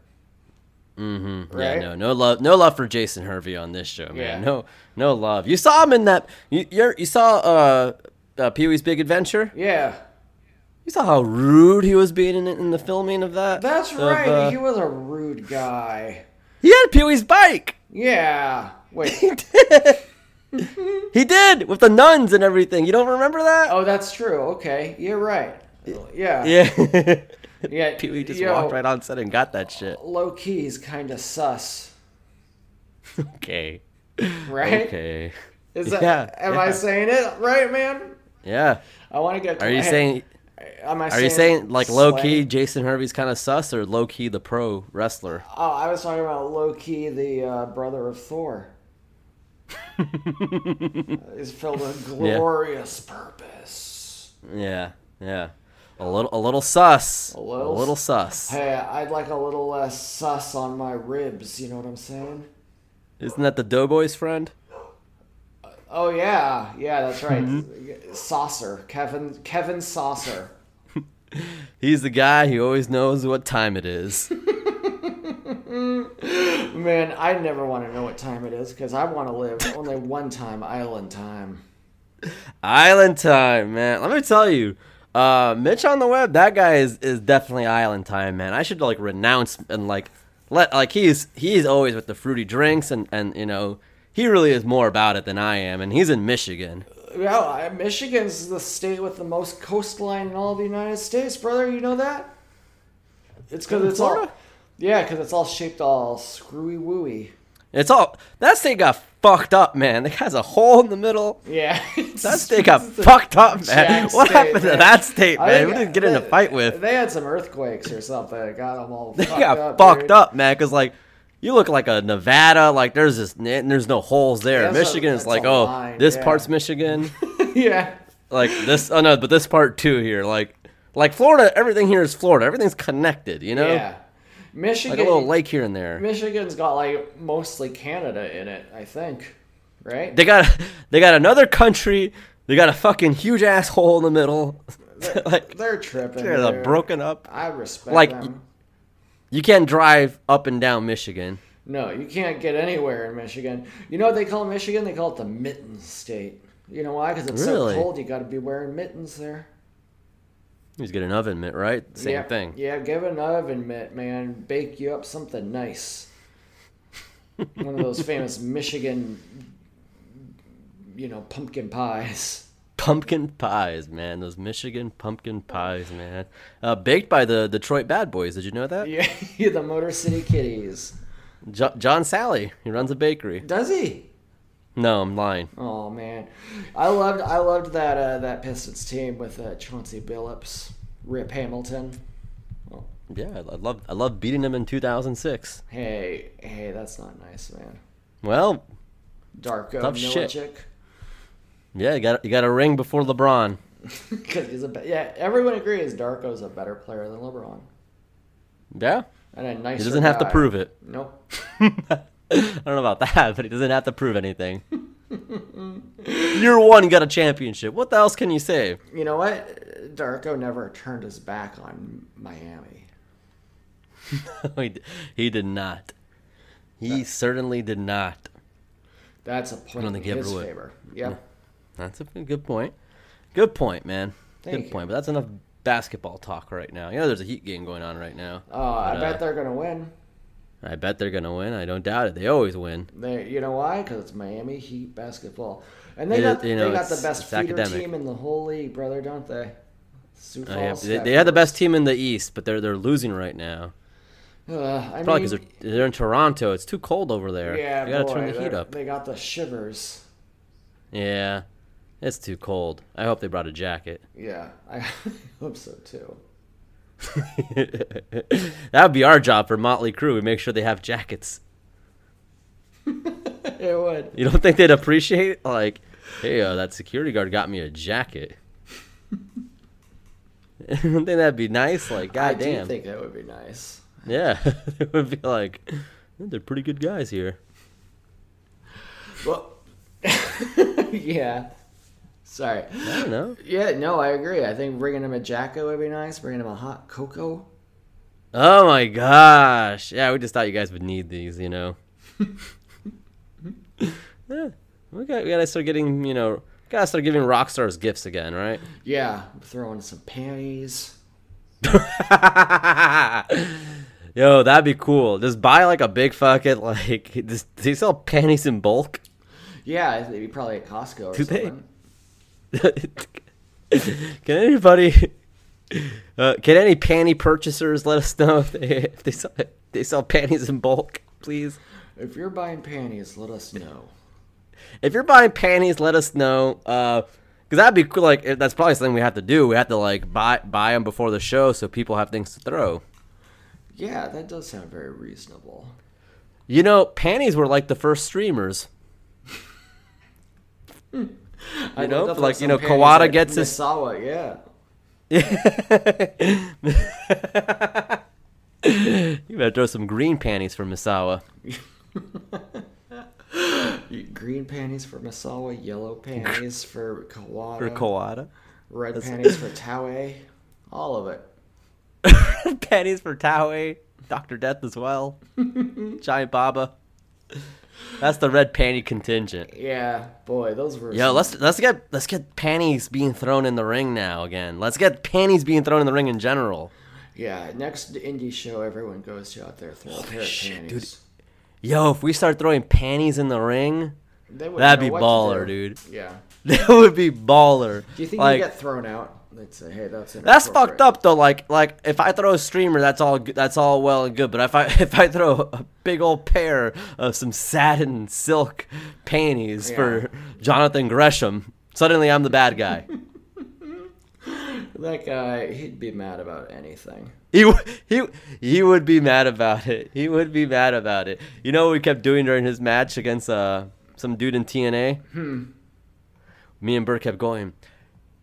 Speaker 2: Mm-hmm. Right?
Speaker 1: yeah, no, no love, no love for Jason Hervey on this show, man.
Speaker 2: Yeah.
Speaker 1: No, no love. You saw him in that. You you're, you saw uh, uh Pee Wee's Big Adventure.
Speaker 2: Yeah,
Speaker 1: You saw how rude he was being in, in the filming of that.
Speaker 2: that's
Speaker 1: of,
Speaker 2: right.
Speaker 1: uh,
Speaker 2: he was a rude guy.
Speaker 1: he had Pee Wee's bike. *laughs*
Speaker 2: Yeah. Wait.
Speaker 1: He did. he did with the nuns and everything. You don't remember that?
Speaker 2: oh, that's true. Okay, you're right. Yeah.
Speaker 1: Yeah. *laughs*
Speaker 2: Yeah.
Speaker 1: Pee Wee just
Speaker 2: yo,
Speaker 1: walked right on set and got that shit. *laughs*
Speaker 2: Low key's kind of sus,
Speaker 1: Okay.
Speaker 2: right?
Speaker 1: Okay.
Speaker 2: Is that?
Speaker 1: Yeah,
Speaker 2: am I
Speaker 1: yeah.
Speaker 2: saying it right, man?
Speaker 1: Yeah.
Speaker 2: I want to get.
Speaker 1: Are you
Speaker 2: hey,
Speaker 1: saying?
Speaker 2: Am I
Speaker 1: Are you saying like low key Jason Hervey's kind of sus or low key the pro wrestler?
Speaker 2: Oh, I was talking about Loki, the uh, brother of
Speaker 1: *laughs*
Speaker 2: Thor. is filled with glorious purpose.
Speaker 1: Yeah, yeah. A little, a little sus. A
Speaker 2: little
Speaker 1: little, sus.
Speaker 2: Hey, I'd like a little less sus on my ribs. You know what I'm saying?
Speaker 1: Isn't that the Doughboy's friend?
Speaker 2: Oh yeah, yeah, that's right. Saucer, Kevin, Kevin Saucer.
Speaker 1: He's the guy who always knows what time it is.
Speaker 2: Man, I never want to know what time it is because I want to live only one time, island time.
Speaker 1: island time, man. Let me tell you, uh, Mitch on the web. That guy is is definitely island time, man. I should like renounce and like let like he's he's always with the fruity drinks and and you know he really is more about it than I am, and he's in Michigan.
Speaker 2: Yeah, I- Michigan's the state with the most coastline in all the United States, brother. You know that? It's because it's all.
Speaker 1: Florida?
Speaker 2: Yeah, because it's all shaped all screwy wooey.
Speaker 1: It's all that state got fucked up, man. That has a hole in the middle.
Speaker 2: Yeah, *laughs*
Speaker 1: That state got fucked up, man.
Speaker 2: Jack
Speaker 1: What
Speaker 2: state,
Speaker 1: happened to
Speaker 2: man.
Speaker 1: that state,
Speaker 2: I
Speaker 1: man?
Speaker 2: think
Speaker 1: We didn't get in a
Speaker 2: they-
Speaker 1: fight with.
Speaker 2: They had some earthquakes or something. that Got them all.
Speaker 1: *laughs* They
Speaker 2: fucked
Speaker 1: got
Speaker 2: up,
Speaker 1: fucked
Speaker 2: dude.
Speaker 1: up, man. Because like, you look like a Nevada. Like there's this, and there's no holes there.
Speaker 2: That's a-
Speaker 1: Michigan is
Speaker 2: that's
Speaker 1: like,
Speaker 2: a
Speaker 1: oh,
Speaker 2: line,
Speaker 1: this
Speaker 2: yeah.
Speaker 1: part's Michigan.
Speaker 2: *laughs* yeah,
Speaker 1: like this, oh no, but this part too here. Like, like Florida. Everything here is Florida. Everything's connected. You know,
Speaker 2: yeah. Michigan.
Speaker 1: like a little lake here and there.
Speaker 2: Michigan's got like mostly Canada in it, I think. Right?
Speaker 1: They got, *laughs* they got another country. They got a fucking huge asshole in the middle. *laughs* like
Speaker 2: They're tripping.
Speaker 1: they're
Speaker 2: dude.
Speaker 1: broken up.
Speaker 2: I respect
Speaker 1: like,
Speaker 2: them.
Speaker 1: You can't drive up and down Michigan.
Speaker 2: No, you can't get anywhere in Michigan. You know what they call Michigan? They call it the mitten state. You know why? Because it's
Speaker 1: Really?
Speaker 2: so cold, you got to be wearing mittens there.
Speaker 1: He's get an oven mitt, right? Same
Speaker 2: yeah.
Speaker 1: thing.
Speaker 2: Yeah, give an oven mitt, man. Bake you up something nice. One of
Speaker 1: *laughs*
Speaker 2: those famous Michigan, you know, pumpkin pies.
Speaker 1: Pumpkin pies, man. Those Michigan pumpkin pies, man. Uh, baked by the Detroit Bad Boys. Did you know that?
Speaker 2: Yeah, *laughs* the Motor City Kitties.
Speaker 1: Jo- John Sally. He runs a bakery.
Speaker 2: Does he?
Speaker 1: No, I'm lying.
Speaker 2: Oh man, I loved I loved that uh, that Pistons team with uh, Chauncey Billups, Rip Hamilton.
Speaker 1: Yeah, I love I love beating him in 2006.
Speaker 2: Hey, hey, that's not nice, man.
Speaker 1: Well,
Speaker 2: Darko
Speaker 1: Tough shit.
Speaker 2: Milicic, *laughs*
Speaker 1: yeah, you got you got a ring before LeBron.
Speaker 2: because he's a be- yeah. Everyone agrees Darko's a better player than LeBron,
Speaker 1: Yeah,
Speaker 2: and a nicer.
Speaker 1: he doesn't have to
Speaker 2: guy.
Speaker 1: prove it.
Speaker 2: Nope.
Speaker 1: I don't know about *laughs* that, but he doesn't have to prove anything. Year one, he got a championship. What else can you say? *laughs*
Speaker 2: You know what? Darko never turned his back on Miami.
Speaker 1: he, d- he did not. He certainly did not.
Speaker 2: That's a point
Speaker 1: don't
Speaker 2: in
Speaker 1: think he ever
Speaker 2: his
Speaker 1: would.
Speaker 2: favor. Yep.
Speaker 1: That's a good point. Good point, man.
Speaker 2: Thank
Speaker 1: good
Speaker 2: you.
Speaker 1: point. But that's enough basketball talk right now. You know, there's a Heat game going on right now.
Speaker 2: Uh, I
Speaker 1: But, uh,
Speaker 2: bet they're gonna win.
Speaker 1: I bet they're gonna win. I don't doubt it. They always win.
Speaker 2: They, you know why? Because it's Miami Heat basketball, and they
Speaker 1: It is-
Speaker 2: got
Speaker 1: you know,
Speaker 2: they got the
Speaker 1: it's-
Speaker 2: best
Speaker 1: it's
Speaker 2: feeder
Speaker 1: academic.
Speaker 2: team in the whole league, brother, don't they? Sioux
Speaker 1: Uh, yeah,
Speaker 2: Falls
Speaker 1: they,
Speaker 2: got-
Speaker 1: they had the best team in the East, but they're they're losing right now.
Speaker 2: Ugh, I
Speaker 1: Probably
Speaker 2: mean,
Speaker 1: because they're, they're in Toronto. It's too cold over there.
Speaker 2: yeah,
Speaker 1: they gotta
Speaker 2: boy,
Speaker 1: turn the heat
Speaker 2: they're-
Speaker 1: up.
Speaker 2: They got the shivers.
Speaker 1: Yeah, it's too cold. I hope they brought a
Speaker 2: *laughs*
Speaker 1: jacket. *laughs*
Speaker 2: Yeah, I hope so too. *laughs*
Speaker 1: that would be our job for Motley Crue. We make sure they have jackets.
Speaker 2: it would.
Speaker 1: You don't think they'd appreciate like, hey, uh, that security guard got me a jacket. *laughs* I don't think that'd be nice. Like,
Speaker 2: I
Speaker 1: goddamn,
Speaker 2: do think that would be nice.
Speaker 1: yeah, *laughs* it would be like, they're pretty good guys here.
Speaker 2: Well, *laughs* yeah. Sorry.
Speaker 1: I don't know.
Speaker 2: Yeah, no, I agree. I think bringing him a jacket would be nice. Bringing him a hot cocoa.
Speaker 1: Oh my gosh. Yeah, we just thought you guys would need these,
Speaker 2: *laughs*
Speaker 1: you know. *laughs* yeah. We got we gotta start getting, you know, gotta start giving rock stars gifts again, right?
Speaker 2: Yeah, throw in some panties.
Speaker 1: *laughs* Yo, that'd be cool. Just buy like a big fucking like *laughs* just, do you sell panties in bulk? *laughs*
Speaker 2: Yeah, I think it'd be probably at Costco or
Speaker 1: Do they-
Speaker 2: something.
Speaker 1: can anybody *laughs* uh, can any panty purchasers let us know if they if they sell if they sell panties in bulk, please?
Speaker 2: If you're buying panties, let us know.
Speaker 1: if you're buying panties, let us know. Uh, Cause that'd be cool. Like that's probably something we have to do. We have to like buy buy them before the show so people have things to throw.
Speaker 2: Yeah, that does sound very reasonable.
Speaker 1: You know, panties were like the first streamers.
Speaker 2: I
Speaker 1: know,
Speaker 2: looked up,
Speaker 1: like,
Speaker 2: some
Speaker 1: you know,
Speaker 2: panties
Speaker 1: Kawada
Speaker 2: at
Speaker 1: gets his-
Speaker 2: Misawa, yeah.
Speaker 1: *laughs* you better throw some green panties for Misawa.
Speaker 2: Green panties for Misawa, yellow panties for Kawada,
Speaker 1: Or Kawada. *laughs*
Speaker 2: red panties for Taue, all of it.
Speaker 1: panties for Taue. Dr. Death as
Speaker 2: *laughs*
Speaker 1: well. Giant Baba. That's the red panty contingent.
Speaker 2: Yeah, boy, those were.
Speaker 1: Yo,
Speaker 2: some-
Speaker 1: let's let's get let's get panties being thrown in the ring now again. Let's get panties being thrown in the ring in general.
Speaker 2: Yeah, next indie show everyone goes to out there throw a pair of
Speaker 1: shit, dude.
Speaker 2: panties.
Speaker 1: Yo, if we start throwing panties in the ring,
Speaker 2: They wouldn't
Speaker 1: That'd
Speaker 2: know
Speaker 1: be
Speaker 2: what to
Speaker 1: baller,
Speaker 2: do.
Speaker 1: dude. *laughs*
Speaker 2: Yeah.
Speaker 1: that would be baller.
Speaker 2: Do you think
Speaker 1: like,
Speaker 2: you get thrown out? They'd say, hey, that's
Speaker 1: that's
Speaker 2: inappropriate.
Speaker 1: fucked up though. Like like if I throw a streamer, that's all good- that's all well and good. But if I *laughs* if I throw a big old pair of some satin silk panties for Jonathan Gresham, suddenly I'm the bad guy.
Speaker 2: That guy, he'd be mad about anything.
Speaker 1: He w- he he would be mad about it. He would be mad about it. You know what we kept doing during his match against uh some dude in TNA. Hmm. Me and Burke kept going,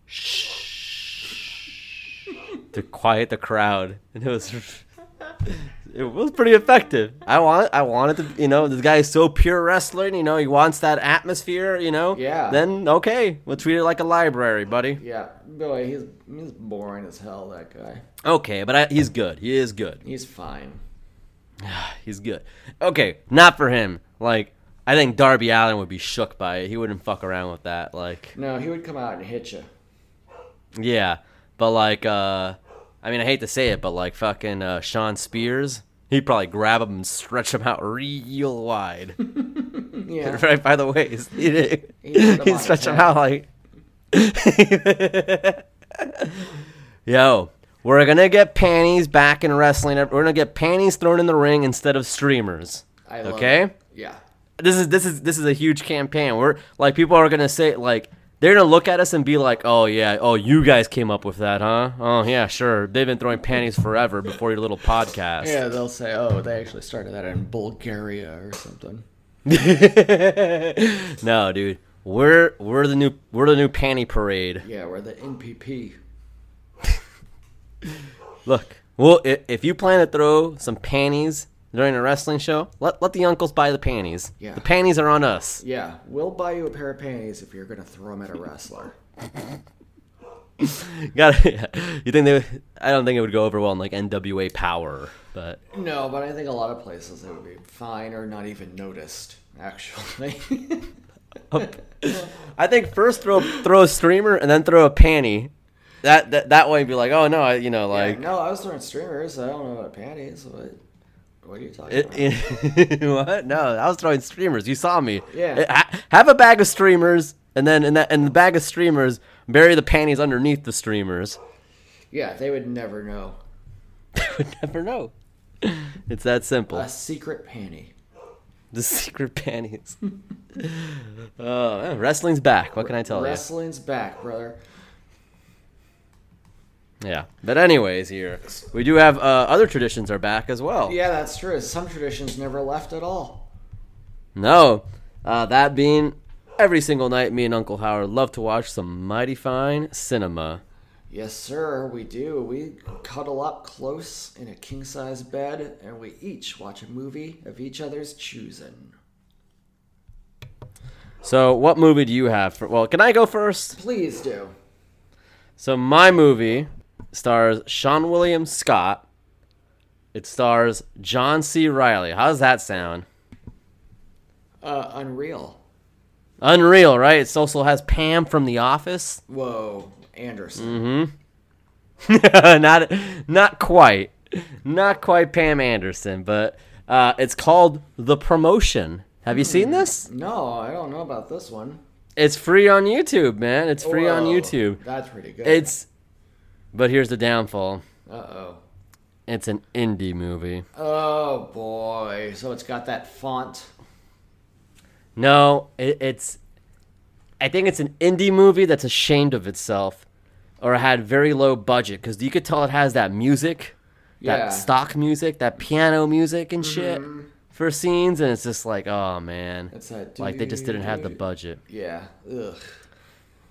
Speaker 1: shh, to quiet the crowd, *laughs* and it was it was pretty effective. I want I wanted to you know this guy is so pure wrestling. You know he wants that atmosphere. You know
Speaker 2: Yeah.
Speaker 1: Then okay, we'll treat it like a library, buddy.
Speaker 2: Yeah, boy, he's he's boring as hell. That guy,
Speaker 1: Okay, but I, he's good. He is good.
Speaker 2: he's fine.
Speaker 1: He's good. Okay, not for him. Like, I think Darby Allen would be shook by it. He wouldn't fuck around with that. Like,
Speaker 2: No, he would come out and hit you.
Speaker 1: yeah. But, like, uh, I mean, I hate to say it, but, like, fucking uh, Sean Spears, he'd probably grab him and stretch him out real wide.
Speaker 2: Yeah,
Speaker 1: *laughs* right by the waist. He'd, *laughs*
Speaker 2: him on
Speaker 1: he'd
Speaker 2: his
Speaker 1: stretch him
Speaker 2: head.
Speaker 1: out like. *laughs* Yo, we're gonna get panties back in wrestling. We're gonna get panties thrown in the ring instead of streamers.
Speaker 2: I love
Speaker 1: okay?
Speaker 2: it. Yeah,
Speaker 1: this is this is this is a huge campaign. We're like people are gonna say like they're gonna look at us and be like, oh yeah, oh you guys came up with that, huh? Oh yeah, sure. They've been throwing panties forever before your little podcast.
Speaker 2: yeah. They'll say, oh, they actually started that in Bulgaria or something.
Speaker 1: *laughs* no, dude, we're we're the new we're the new panty parade.
Speaker 2: Yeah, we're the NPP.
Speaker 1: Look, well if, if you plan to throw some panties during a wrestling show, let let the uncles buy the panties.
Speaker 2: Yeah.
Speaker 1: The panties are on us.
Speaker 2: *laughs* Yeah, we'll buy you a pair of panties if you're gonna throw them at a wrestler.
Speaker 1: Got *laughs* you think they? would- I don't think it would go over well in like NWA Power, but. *laughs*
Speaker 2: no, but I think a lot of places it would be fine or not even noticed. *laughs* Actually,
Speaker 1: I think first throw throw a streamer and then throw a panty. That that, that way you'd be like, oh no, I, you know, like
Speaker 2: no, I was throwing streamers. I don't know about panties. What? What are you talking
Speaker 1: it,
Speaker 2: about?
Speaker 1: it- *laughs* what? No, I was throwing streamers. You saw me.
Speaker 2: Yeah.
Speaker 1: It- ha- have a bag of streamers, and then in that in the bag of streamers, bury the panties underneath the streamers.
Speaker 2: yeah, they would never know.
Speaker 1: *laughs* Would never know. It's that simple.
Speaker 2: A secret panty.
Speaker 1: The *laughs* secret panties. oh, man, wrestling's back. What can I tell you?
Speaker 2: Wrestling's back, brother.
Speaker 1: Yeah. But anyways, here we do have uh, other traditions are back as well.
Speaker 2: Yeah, that's true. Some traditions never left at all.
Speaker 1: No. Uh, that being every single night, me and Uncle Howard love to watch some mighty fine cinema.
Speaker 2: Yes, sir, we do. We cuddle up close in a king size bed and we each watch a movie of each other's choosing.
Speaker 1: So, what movie do you have? For, well, can I go first?
Speaker 2: Please do.
Speaker 1: So, my movie stars Sean William Scott. It stars John C. Riley. How does that sound?
Speaker 2: Uh, Unreal.
Speaker 1: Unreal, right? It also has Pam from The Office. *laughs*
Speaker 2: Whoa, Anderson.
Speaker 1: Mm-hmm. not, not quite, not quite Pam Anderson, but uh, it's called The Promotion. Have you seen this?
Speaker 2: No, I don't know about this one.
Speaker 1: It's free on YouTube, man. It's free on
Speaker 2: Whoa,
Speaker 1: YouTube.
Speaker 2: That's pretty good.
Speaker 1: It's, but here's the downfall.
Speaker 2: Uh oh.
Speaker 1: It's an indie movie.
Speaker 2: Oh boy. So it's got that font.
Speaker 1: No, it, it's. I think it's an indie movie that's ashamed of itself, or had very low budget because you could tell it has that music,
Speaker 2: Yeah.
Speaker 1: that stock music, that piano music and shit for scenes, and it's just like, oh man,
Speaker 2: It's that
Speaker 1: like they just didn't have the
Speaker 2: doo-doo-doo.
Speaker 1: budget.
Speaker 2: Yeah. Ugh.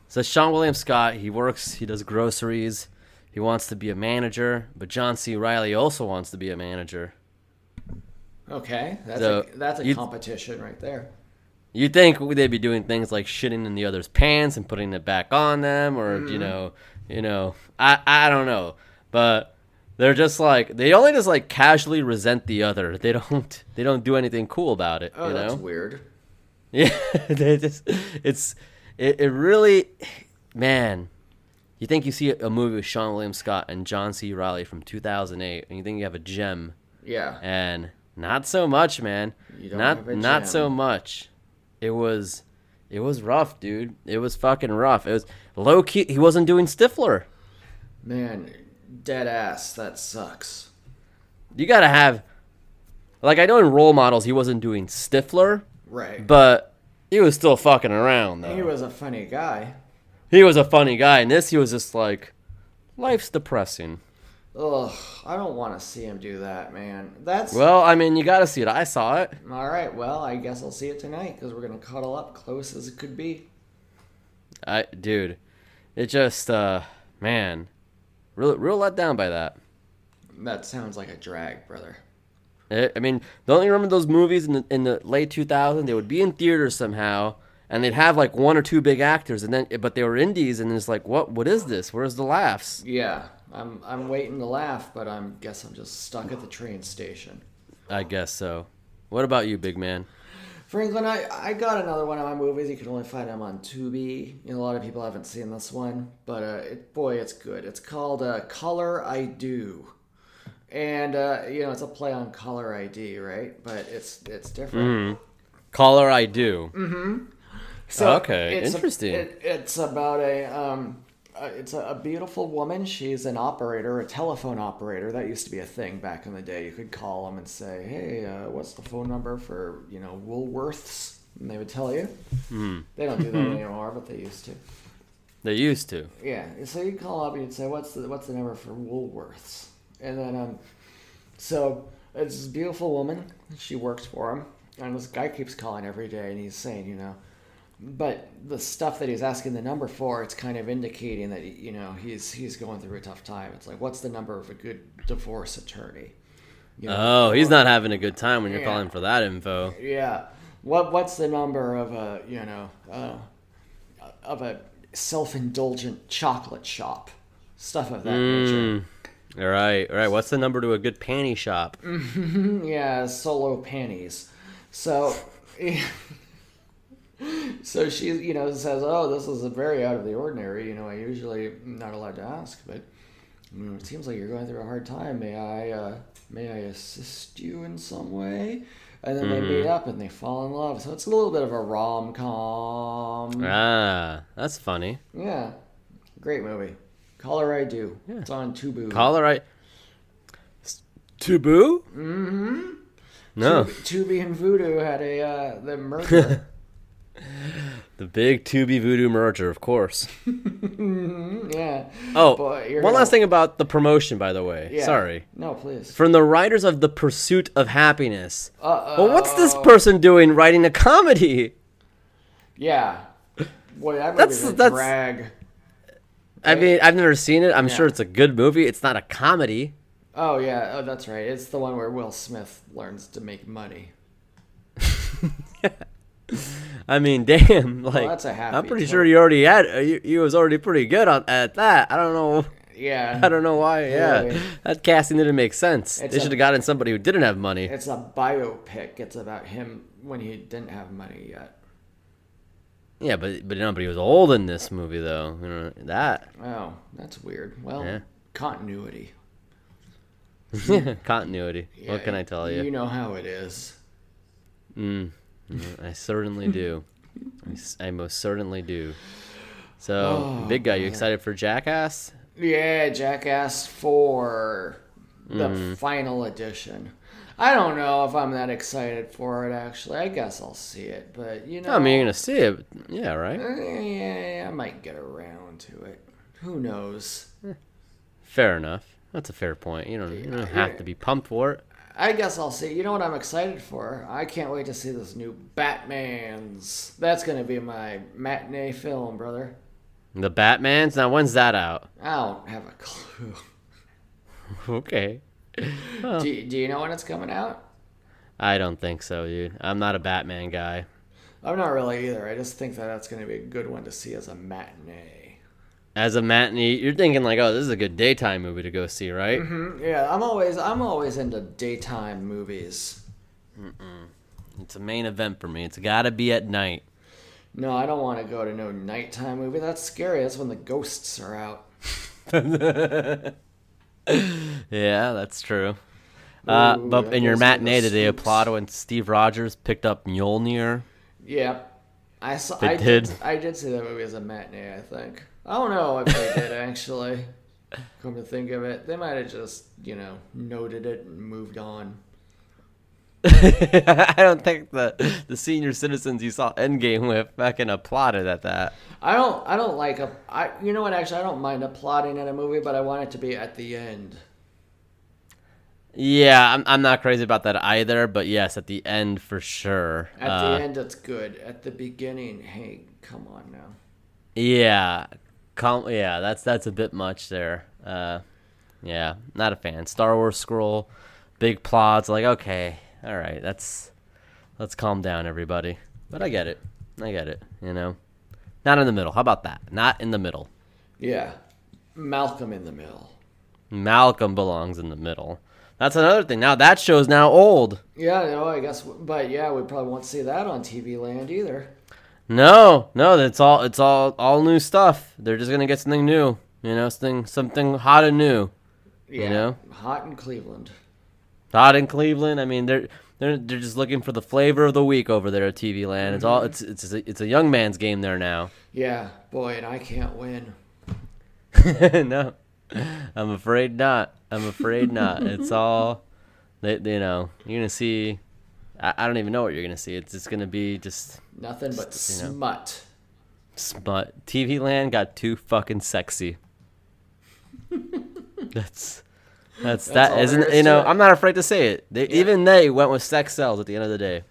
Speaker 1: So Sean William Scott, he works, he does groceries, he wants to be a manager, but John C. Riley also wants to be a manager.
Speaker 2: Okay. That's
Speaker 1: So,
Speaker 2: a, that's a
Speaker 1: you-
Speaker 2: competition right there.
Speaker 1: You'd think they'd be doing things like shitting in the other's pants and putting it back on them, or
Speaker 2: Mm-hmm.
Speaker 1: you know, you know, I I don't know, but they're just like they only just like casually resent the other. They don't *laughs* they don't do anything cool about it.
Speaker 2: Oh,
Speaker 1: you know,
Speaker 2: that's weird.
Speaker 1: *laughs* yeah, they just it's it, it really man. You think you see a movie with Sean William Scott and John C. Riley from 2008, and you think you have a gem,
Speaker 2: Yeah.
Speaker 1: and not so much, man.
Speaker 2: You don't
Speaker 1: not
Speaker 2: have a
Speaker 1: not so
Speaker 2: gem.
Speaker 1: much. It was it was rough, dude. It was fucking rough. It was low key. He wasn't doing Stifler.
Speaker 2: Man, dead ass. That sucks.
Speaker 1: You gotta have like I know in role models he wasn't doing Stifler,
Speaker 2: Right.
Speaker 1: but he was still fucking around though.
Speaker 2: he was a funny guy.
Speaker 1: he was a funny guy. In this, he was just like, life's depressing.
Speaker 2: Ugh. I don't want to see him do that, man. That's
Speaker 1: Well, I mean, you gotta see it. I saw it.
Speaker 2: all right. Well, I guess I'll see it tonight because we're gonna cuddle up close as it could be.
Speaker 1: I, dude, it just, uh, man, real, real let down by that.
Speaker 2: That sounds like a drag, brother.
Speaker 1: Eh, I I mean, don't you remember those movies in the, in the late 2000s? They would be in theaters somehow, and they'd have like one or two big actors, and then but they were indies, and it's like, what what is this? Where's the laughs?
Speaker 2: Yeah, I'm I'm waiting to laugh, but I'm guess I'm just stuck at the train station.
Speaker 1: I guess so. What about you, big man?
Speaker 2: Franklin, I, I got another one of my movies. You can only find them on Tubi. You know, a lot of people haven't seen this one, but uh, it, boy, it's good. It's called uh, Color I Do, and uh, you know it's a play on Color ID, right? But it's it's different.
Speaker 1: Caller, I do.
Speaker 2: So
Speaker 1: Okay,
Speaker 2: a-
Speaker 1: interesting.
Speaker 2: it, it's about a um, uh, it's a, a beautiful woman. She's an operator, a telephone operator. That used to be a thing back in the day. You could call them and say, "Hey, uh, what's the phone number for you know Woolworths?" And they would tell you.
Speaker 1: Hmm.
Speaker 2: They don't do
Speaker 1: *laughs*
Speaker 2: that anymore, but they used to.
Speaker 1: They used to.
Speaker 2: Yeah, so you'd call up and you'd say, "What's the what's the number for Woolworths?" And then, um, so it's this beautiful woman. She works for him, and this guy keeps calling every day, and he's saying, you know, but the stuff that he's asking the number for, it's kind of indicating that you know he's he's going through a tough time. It's like, what's the number of a good divorce attorney? You know,
Speaker 1: Oh, he's not having a good time when you're
Speaker 2: Yeah.
Speaker 1: calling for that info.
Speaker 2: yeah. What what's the number of a you know uh, of a self-indulgent chocolate shop? Stuff of that nature.
Speaker 1: Hmm. All right, all right. What's the number to a good panty shop?
Speaker 2: Yeah, solo panties. So, *laughs* so she, you know, says, "Oh, this is very out of the ordinary. You know, I usually am not allowed to ask, but you know, it seems like you're going through a hard time. May I, uh, may I assist you in some way?" And then they meet up and they fall in love. So it's a little bit of a rom com.
Speaker 1: Ah, that's funny.
Speaker 2: Yeah, great movie. Color I do. It's on Tubu.
Speaker 1: Caller, I. Taboo? Mm-hmm. No,
Speaker 2: Tubi, Tubi and Voodoo had a uh, the merger.
Speaker 1: the big Tubi Voodoo merger, of course. *laughs*
Speaker 2: yeah.
Speaker 1: Oh,
Speaker 2: Boy, you're
Speaker 1: one
Speaker 2: gonna-
Speaker 1: last thing about the promotion, by the way.
Speaker 2: Yeah.
Speaker 1: Sorry.
Speaker 2: No, please.
Speaker 1: From the writers of The Pursuit of Happiness.
Speaker 2: Uh,
Speaker 1: Well, what's this person doing writing a comedy?
Speaker 2: Yeah. Boy, that
Speaker 1: That's-
Speaker 2: movie's a
Speaker 1: that's-
Speaker 2: drag.
Speaker 1: I
Speaker 2: Right.
Speaker 1: mean, I've never seen it. I'm sure
Speaker 2: Yeah.
Speaker 1: it's a good movie. It's not a comedy.
Speaker 2: Oh yeah, oh that's right. It's the one where Will Smith learns to make money.
Speaker 1: I mean, *laughs* damn, like
Speaker 2: that's a happy
Speaker 1: I'm pretty
Speaker 2: turn.
Speaker 1: sure you already had uh, you, you was already pretty good on, at that. I don't know.
Speaker 2: Yeah.
Speaker 1: I don't know why. Yeah,
Speaker 2: Really.
Speaker 1: that casting didn't make sense.
Speaker 2: It's
Speaker 1: they
Speaker 2: a-
Speaker 1: should have gotten somebody who didn't have money.
Speaker 2: It's a biopic. It's about him when he didn't have money yet.
Speaker 1: yeah, but but nobody was old in this movie though. You know that
Speaker 2: Oh, that's weird. Well,
Speaker 1: Yeah.
Speaker 2: continuity.
Speaker 1: *laughs* continuity. what can I tell you? Mm.
Speaker 2: You know how it is.
Speaker 1: I certainly do. I, s- I most certainly do. So, big guy, you excited for Jackass?
Speaker 2: Yeah, Jackass 4, the
Speaker 1: Mm-hmm.
Speaker 2: final edition. I don't know if I'm that excited for it, actually. I guess I'll see it, but you know.
Speaker 1: I mean, you're gonna see it. Yeah, right.
Speaker 2: Yeah, Eh, I might get around to it. Who knows?
Speaker 1: Fair enough. That's a fair point. You don't, you don't have to be pumped for it.
Speaker 2: I guess I'll see. You know what I'm excited for? I can't wait to see this new Batman's. That's going to be my matinee film, brother.
Speaker 1: The Batman's now. When's that out? *laughs*
Speaker 2: I don't have a clue.
Speaker 1: Okay.
Speaker 2: Do, do you know when it's coming out?
Speaker 1: I don't think so, dude. I'm not a Batman guy.
Speaker 2: I'm not really either. I just think that that's going to be a good one to see as a matinee.
Speaker 1: As a matinee, you're thinking like, oh, this is a good daytime movie to go see, right?
Speaker 2: Mm, Yeah, I'm always I'm always into daytime movies.
Speaker 1: It's a main event for me. It's gotta be at night.
Speaker 2: No, I don't want to go to no nighttime movie. That's scary. That's when the ghosts are out.
Speaker 1: Yeah, that's true. Uh,
Speaker 2: Ooh,
Speaker 1: but
Speaker 2: that
Speaker 1: in your
Speaker 2: goes with the
Speaker 1: matinee, did they
Speaker 2: suits.
Speaker 1: applaud when Steve Rogers picked up Mjolnir? *laughs*
Speaker 2: Yep. I saw.
Speaker 1: They
Speaker 2: I
Speaker 1: did.
Speaker 2: I did see that movie as a matinee. I think. I don't know if they
Speaker 1: *laughs*
Speaker 2: did actually. Come to think of it, they might have just you know noted it and moved on.
Speaker 1: I don't think the the senior citizens you saw Endgame with fucking applauded at that.
Speaker 2: I don't. I don't like a. I. You know what? Actually, I don't mind applauding in a movie, but I want it to be at the end.
Speaker 1: Yeah, I'm I'm not crazy about that either, but yes, at the end for sure.
Speaker 2: At
Speaker 1: Uh,
Speaker 2: the end, it's good. At the beginning, hey, come on now.
Speaker 1: Yeah, com- yeah, that's that's a bit much there. Uh, yeah, not a fan. Star Wars scroll, big plots. Like, okay, all right, that's let's calm down, everybody. But I get it, I get it. You know, not in the middle. How about that? Not in the middle.
Speaker 2: Yeah, Malcolm in the Middle.
Speaker 1: Malcolm belongs in the middle. That's another thing. Now that show's now old.
Speaker 2: Yeah, no, I guess. But yeah, we probably won't see that on TV Land either.
Speaker 1: No, no, that's all. It's all all new stuff. They're just gonna get something new. You know, something something hot and new.
Speaker 2: Yeah,
Speaker 1: know?
Speaker 2: hot in Cleveland.
Speaker 1: Not in Cleveland. I mean, they're they're they're just looking for the flavor of the week over there at TV Land. It's all it's it's a, it's a young man's game there now. *laughs*
Speaker 2: Yeah, boy, and I can't win.
Speaker 1: no, I'm afraid not. I'm afraid not. It's all they they- you know. You're gonna see. I, I don't even know what you're gonna see. It's just gonna be just
Speaker 2: Nothing but
Speaker 1: Just, you know.
Speaker 2: smut.
Speaker 1: smut. TV Land got too fucking sexy. that's. That's,
Speaker 2: That's all
Speaker 1: that isn't
Speaker 2: there is
Speaker 1: you know
Speaker 2: to it.
Speaker 1: I'm not afraid to say it. They, Even they went with sex cells at the end of the day.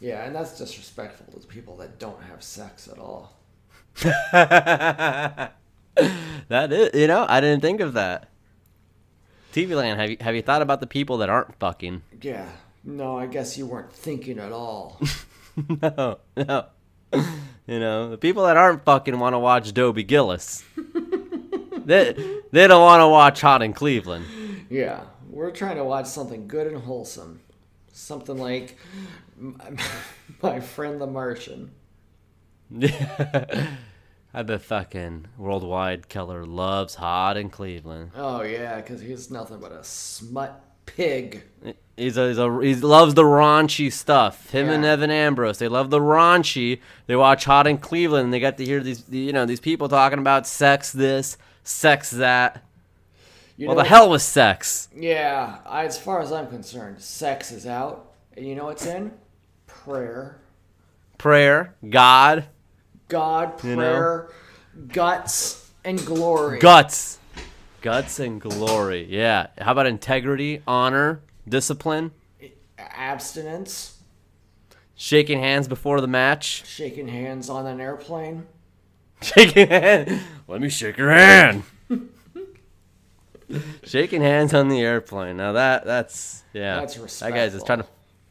Speaker 2: Yeah, and that's disrespectful to the people that don't have sex at all.
Speaker 1: That is, you know, I didn't think of that. TV Land, have you have you thought about the people that aren't fucking? *laughs*
Speaker 2: Yeah. No, I guess you weren't thinking at all.
Speaker 1: No, no. You know, the people that aren't fucking want to watch Dobie Gillis. they they don't want to watch Hot in Cleveland. *laughs*
Speaker 2: yeah, we're trying to watch something good and wholesome. Something like my, *laughs* my friend the Martian.
Speaker 1: I bet fucking worldwide Keller loves Hot in Cleveland.
Speaker 2: Oh, yeah, because he's nothing but a smut pig.
Speaker 1: He's a, he's a, he loves the raunchy stuff. Him and
Speaker 2: Yeah.
Speaker 1: Evan Ambrose, they love the raunchy. They watch Hot in Cleveland, and they got to hear these the- you know these people talking about sex this, sex that.
Speaker 2: You
Speaker 1: Well,
Speaker 2: know
Speaker 1: the hell with sex.
Speaker 2: Yeah, I, as far as I'm concerned, sex is out. And you know what's in? Prayer.
Speaker 1: Prayer, God,
Speaker 2: God,
Speaker 1: know?
Speaker 2: prayer, guts, and glory.
Speaker 1: guts, guts and glory. Yeah. How about integrity, honor, discipline?
Speaker 2: Abstinence.
Speaker 1: Shaking hands before the match.
Speaker 2: Shaking hands on an airplane.
Speaker 1: Shaking *laughs* hand. Let me shake your hand. Shaking hands on the airplane. Now that that's yeah.
Speaker 2: That's
Speaker 1: That guy's
Speaker 2: respectful.
Speaker 1: just trying to.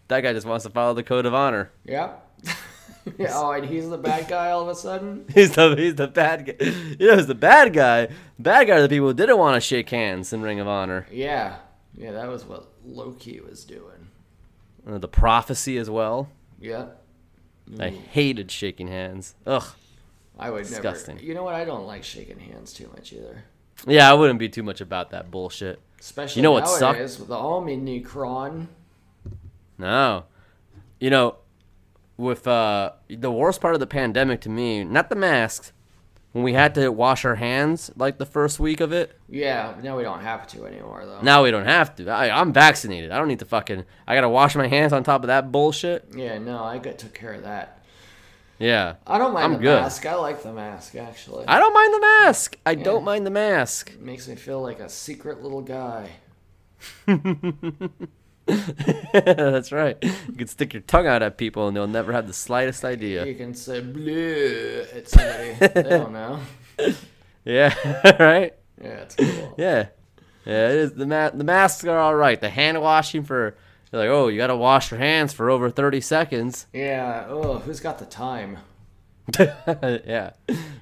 Speaker 1: That guy just wants to follow the code of honor. *laughs*
Speaker 2: Yep. *laughs* yeah, oh, and he's the bad guy all of a sudden?
Speaker 1: He's the he's the bad guy. You know, he's the bad guy. Bad guy are the people who didn't want to shake hands in Ring of Honor.
Speaker 2: Yeah. Yeah, that was what Loki was doing.
Speaker 1: Uh, the prophecy as well.
Speaker 2: Yep.
Speaker 1: I
Speaker 2: Mm.
Speaker 1: hated shaking hands. Ugh.
Speaker 2: I would
Speaker 1: Disgusting.
Speaker 2: never. You know what? I don't like shaking hands too much either.
Speaker 1: Yeah, I wouldn't be too much about that bullshit.
Speaker 2: Especially
Speaker 1: You know what sucked?
Speaker 2: nowadays with all Omnicron.
Speaker 1: No. You know, with uh the worst part of the pandemic to me, not the masks, when we had to wash our hands like the first week of it.
Speaker 2: Yeah, no, we don't have to anymore, though.
Speaker 1: Now we don't have to. I, I'm vaccinated. I don't need to fucking. I gotta wash my hands on top of that bullshit.
Speaker 2: Yeah, no, I got, took care of that.
Speaker 1: Yeah.
Speaker 2: I don't mind
Speaker 1: I'm
Speaker 2: the
Speaker 1: good.
Speaker 2: mask. I like the mask, actually.
Speaker 1: I don't mind the mask. I don't mind the mask. *laughs*
Speaker 2: It makes me feel like a secret little guy.
Speaker 1: That's right. You can stick your tongue out at people and they'll never have the slightest idea.
Speaker 2: You can say blue at
Speaker 1: *laughs*
Speaker 2: somebody. they don't know.
Speaker 1: Yeah, *laughs* right?
Speaker 2: Yeah, it's cool.
Speaker 1: Yeah. Yeah, it is the ma- the masks are all right. The hand washing for they're like, "Oh, you got to wash your hands for over 30 seconds." *laughs*
Speaker 2: Yeah, oh, who's got the time?
Speaker 1: yeah.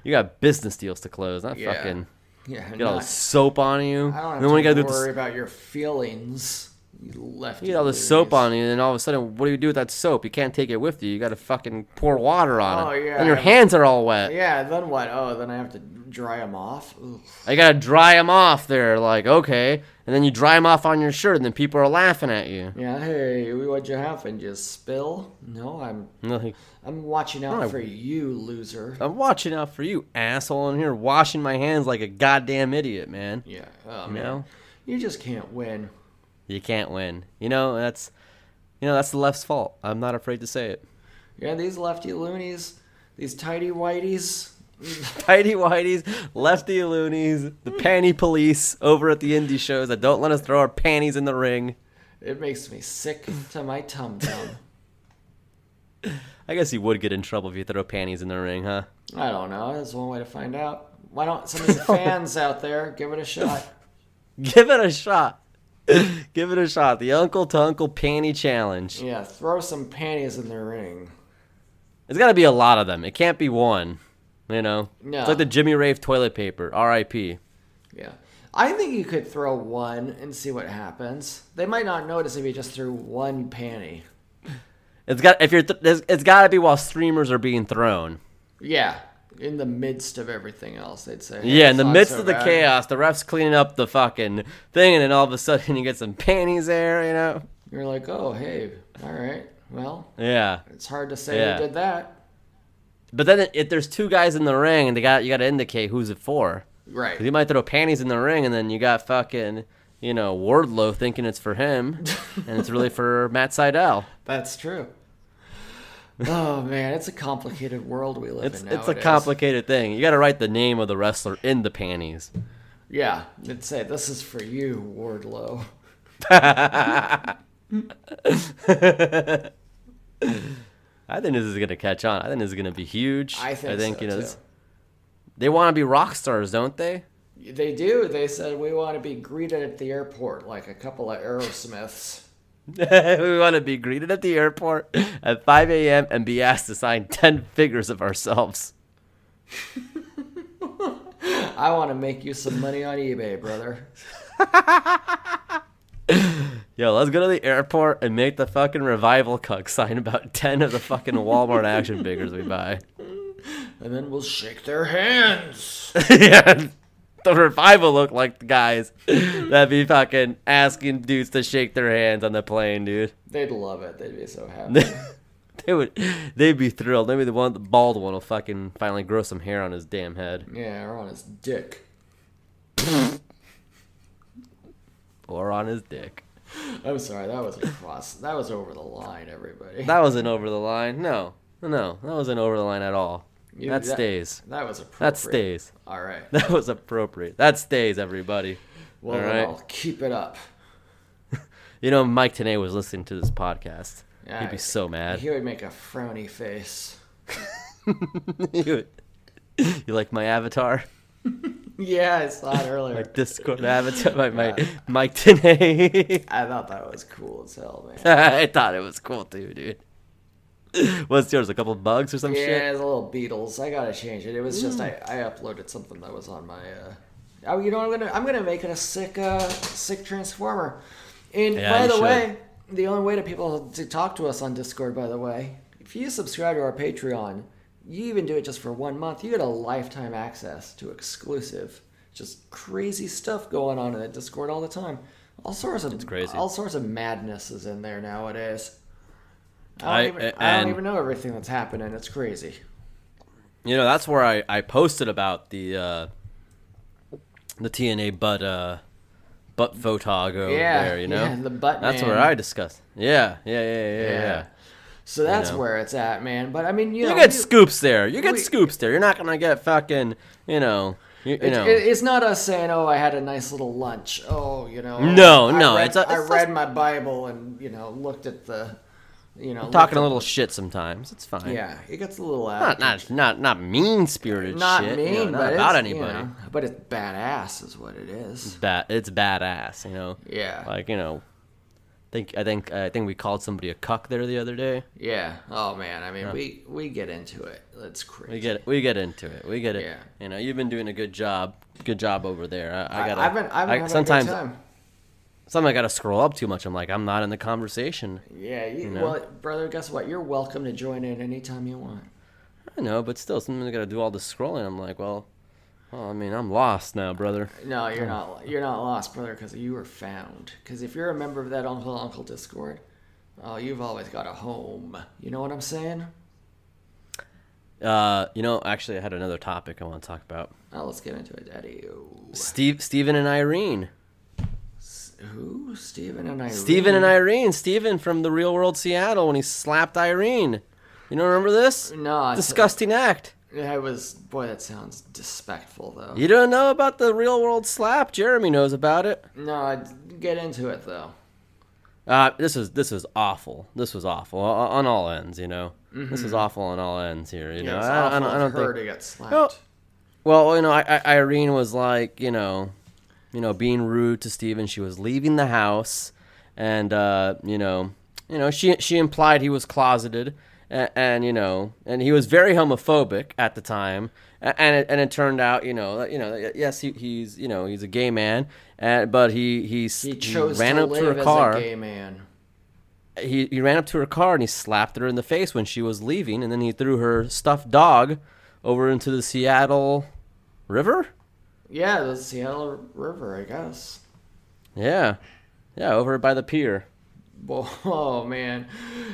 Speaker 1: You got business deals to close. Not
Speaker 2: Yeah.
Speaker 1: fucking
Speaker 2: Yeah,
Speaker 1: get all
Speaker 2: not-
Speaker 1: this soap on you.
Speaker 2: I don't have
Speaker 1: then when you got
Speaker 2: to
Speaker 1: do
Speaker 2: worry
Speaker 1: this
Speaker 2: about your feelings. You left.
Speaker 1: you get all this soap on you, and then all of a sudden, what do you do with that soap? You can't take it with you. You got to fucking pour water on
Speaker 2: Oh,
Speaker 1: it.
Speaker 2: yeah.
Speaker 1: And your hands are all wet.
Speaker 2: Yeah, then what? Oh, then I have to dry them off. Ugh.
Speaker 1: I gotta dry them off there. Like, okay. And then you dry them off on your shirt, and then people are laughing at you. *laughs*
Speaker 2: Yeah, hey, what'd you happen? You spill? No, I'm
Speaker 1: And they're like,
Speaker 2: I'm watching out
Speaker 1: No, I-
Speaker 2: for you, loser.
Speaker 1: I'm watching out for you, asshole. I'm here washing my hands like a goddamn idiot, man.
Speaker 2: Yeah, oh,
Speaker 1: You
Speaker 2: man.
Speaker 1: know?
Speaker 2: you just can't win.
Speaker 1: You can't win. You know, that's you know, that's the left's fault. I'm not afraid to say it. *laughs*
Speaker 2: Yeah, these lefty loonies, these tidy whiteys.
Speaker 1: Tidy whiteys, lefty loonies,
Speaker 2: Hmm.
Speaker 1: the panty police over at the indie shows that don't let us throw our panties in the ring.
Speaker 2: It makes me sick to my tum tum.
Speaker 1: I guess you would get in trouble if you throw panties in the ring, huh? *laughs*
Speaker 2: I don't know. That's one way to find out. Why don't some of
Speaker 1: *laughs*
Speaker 2: the
Speaker 1: Oh.
Speaker 2: fans out there give it a shot?
Speaker 1: Give it a shot. *laughs* Give it a shot. The Uncle to Uncle Panty Challenge.
Speaker 2: Yeah, throw some panties in the ring.
Speaker 1: It's got to be a lot of them. It can't be one. You know,
Speaker 2: No.
Speaker 1: it's like the Jimmy Rave toilet paper. R.I.P.
Speaker 2: Yeah. I think you could throw one and see what happens. They might not notice if you just threw one panty.
Speaker 1: It's got if you're th- there's- it's got to be while streamers are being thrown.
Speaker 2: Yeah, in the midst of everything else, they'd say. "Hey,
Speaker 1: Yeah,
Speaker 2: it's
Speaker 1: in the
Speaker 2: not
Speaker 1: midst
Speaker 2: so
Speaker 1: of the
Speaker 2: bad."
Speaker 1: chaos, the refs cleaning up the fucking thing, and then all of a sudden *laughs* you get some panties there. You know.
Speaker 2: You're like, oh, hey, all right. Well,
Speaker 1: Yeah,
Speaker 2: it's hard to say
Speaker 1: Yeah.
Speaker 2: who did that.
Speaker 1: but then if there's two guys in the ring, and they got you got to indicate who's it for. 'Cause
Speaker 2: Right.
Speaker 1: you might throw panties in the ring, and then you got fucking you know Wardlow thinking it's for him, and it's
Speaker 2: *laughs*
Speaker 1: really for Matt Seidel.
Speaker 2: That's true. oh, man, it's a complicated world we live
Speaker 1: It's
Speaker 2: in
Speaker 1: it's a
Speaker 2: nowadays.
Speaker 1: complicated thing. You got to write the name of the wrestler in the panties.
Speaker 2: Yeah, they'd say, this is for you, Wardlow.
Speaker 1: I think this is gonna catch on. I think this is gonna be huge.
Speaker 2: I think, so,
Speaker 1: you know
Speaker 2: too.
Speaker 1: this- they want to be rock stars, don't they? *laughs*
Speaker 2: They do. They said we want to be greeted at the airport like a couple of Aerosmiths.
Speaker 1: we want to be greeted at the airport at 5 a.m. and be asked to sign *laughs* 10 figures of ourselves.
Speaker 2: I want to make you some money on eBay, brother.
Speaker 1: Yo, let's go to the airport and make the fucking revival cuck sign about 10 of the fucking Walmart action figures we buy. *laughs*
Speaker 2: And then we'll shake their hands.
Speaker 1: yeah, the revival look like the guys that be fucking asking dudes to shake their hands on the plane, dude.
Speaker 2: They'd love it. They'd be so happy.
Speaker 1: *laughs* They would, they'd be thrilled. Maybe the one, the bald one, will fucking finally grow some hair on his damn head,
Speaker 2: yeah, or on his dick.
Speaker 1: or on his dick.
Speaker 2: I'm sorry, that was across. That was over the line, everybody.
Speaker 1: That wasn't over the line. No, no, that wasn't over the line at all.
Speaker 2: You-
Speaker 1: that stays.
Speaker 2: That was appropriate.
Speaker 1: That stays. *laughs*
Speaker 2: All right.
Speaker 1: That was appropriate. That stays, everybody.
Speaker 2: Well,
Speaker 1: All
Speaker 2: then
Speaker 1: right.
Speaker 2: I'll keep it up.
Speaker 1: You know, Mike Tanay was listening to this podcast.
Speaker 2: Yeah,
Speaker 1: He'd be so mad.
Speaker 2: He would make a frowny face.
Speaker 1: *laughs* He would- you like my avatar?
Speaker 2: Yeah, I saw it earlier.
Speaker 1: My
Speaker 2: *laughs*
Speaker 1: Discord avatar? My, my Mike Tenay? *laughs*
Speaker 2: I thought that was cool as hell, man.
Speaker 1: I thought it was cool too, dude. What's yours? A couple bugs or some shit? Mm.
Speaker 2: Yeah, it's a little Beatles. I gotta change it. It was just I, I uploaded something that was on my. Uh, oh, you know what I'm gonna I'm gonna make it a sick uh sick transformer. And
Speaker 1: Yeah,
Speaker 2: by
Speaker 1: you
Speaker 2: the
Speaker 1: should.
Speaker 2: way, the only way to people to talk to us on Discord, by the way, if you subscribe to our Patreon, you even do it just for one month, you get a lifetime access to exclusive, just crazy stuff going on in that Discord all the time. All sorts of
Speaker 1: crazy.
Speaker 2: all sorts of madness is in there nowadays. I
Speaker 1: I-
Speaker 2: don't, even, I
Speaker 1: and-
Speaker 2: don't even know everything that's happening. It's crazy.
Speaker 1: You know, that's where I, I posted about the uh, the TNA butt uh, butt photog
Speaker 2: Yeah,
Speaker 1: there. You
Speaker 2: *laughs*
Speaker 1: know,
Speaker 2: yeah, the butt
Speaker 1: That's
Speaker 2: man.
Speaker 1: where I discussed. Yeah, yeah, yeah, yeah, yeah.
Speaker 2: Yeah. So that's
Speaker 1: know.
Speaker 2: where it's at, man. But I mean, you,
Speaker 1: You
Speaker 2: know,
Speaker 1: get
Speaker 2: we-
Speaker 1: scoops there. You get
Speaker 2: we-
Speaker 1: scoops there. You're not gonna get fucking. You know. You, you
Speaker 2: it's,
Speaker 1: know.
Speaker 2: it- it's not us saying, "Oh, I had a nice little lunch." Oh, you know.
Speaker 1: No,
Speaker 2: I
Speaker 1: no,
Speaker 2: Read,
Speaker 1: it's a-
Speaker 2: I
Speaker 1: it's a-
Speaker 2: read my Bible and you know looked at the, you know,
Speaker 1: talking a
Speaker 2: looked
Speaker 1: little shit sometimes. It's fine.
Speaker 2: at- Yeah, it gets a little out.
Speaker 1: Not not not not mean spirited.
Speaker 2: not
Speaker 1: shit,
Speaker 2: mean,
Speaker 1: you know, not
Speaker 2: but
Speaker 1: about
Speaker 2: it's, you
Speaker 1: anybody.
Speaker 2: know, but it's badass, is what it is.
Speaker 1: Ba- it's badass. You know.
Speaker 2: Yeah.
Speaker 1: Mm-hmm. Like you know. Think I think I think we called somebody a cuck there the other day.
Speaker 2: Yeah. Oh man, I mean, we we get into it. That's crazy.
Speaker 1: We get we get into it. We get it.
Speaker 2: Yeah.
Speaker 1: You know, you've been doing a good job. Good job over there. I, I
Speaker 2: I,
Speaker 1: gotta.
Speaker 2: I've been I've been
Speaker 1: I-
Speaker 2: having
Speaker 1: sometimes
Speaker 2: a good time.
Speaker 1: sometimes I gotta scroll up too much. I'm like I'm not in the conversation.
Speaker 2: Yeah. You,
Speaker 1: know?
Speaker 2: Well, brother, guess what? You're welcome to join in anytime you want.
Speaker 1: I know, but still, sometimes I gotta do all this scrolling. I'm like, well, well I mean, I'm lost now, brother.
Speaker 2: No, you're
Speaker 1: Oh.
Speaker 2: not. You're not lost, brother, because you were found. Because if you're a member of that Uncle Uncle Discord, oh, you've always got a home. You know what I'm saying?
Speaker 1: Uh, you know, actually, I had another topic I want to talk about.
Speaker 2: Now let's get into it, Daddy. Ooh.
Speaker 1: Steve, Steven and Irene.
Speaker 2: S- Who? Steven and Irene.
Speaker 1: Steven and Irene. Steven from the Real World Seattle when he slapped Irene. You don't remember this?
Speaker 2: No, it's-
Speaker 1: Disgusting act.
Speaker 2: I was. Boy, that sounds disrespectful, though.
Speaker 1: You don't know about the Real World slap. Jeremy knows about it.
Speaker 2: No, I'd get into it though.
Speaker 1: Uh, this is this is awful. This was awful o- on all ends. You know, this is awful on all ends here. You know,
Speaker 2: Mm-hmm. it's
Speaker 1: I, I
Speaker 2: awful
Speaker 1: don't, I
Speaker 2: of
Speaker 1: don't
Speaker 2: her
Speaker 1: think.
Speaker 2: to get slapped.
Speaker 1: No. Well, you know, I, I, Irene was like, you know, you know, being rude to Steven. She was leaving the house, and uh, you know, you know, she she implied he was closeted, and, and you know, and he was very homophobic at the time. A- And it, and it turned out, you know, you know, yes, he, he's you know he's a gay man, and, but he he, s-
Speaker 2: He chose
Speaker 1: ran
Speaker 2: to
Speaker 1: up
Speaker 2: live
Speaker 1: to her car
Speaker 2: as a gay man.
Speaker 1: he, he ran up to her car and he slapped her in the face when she was leaving, and then he threw her stuffed dog over into the Seattle River.
Speaker 2: Yeah, the Seattle River, I guess.
Speaker 1: Yeah, yeah, over by the pier.
Speaker 2: Whoa, *laughs* oh man,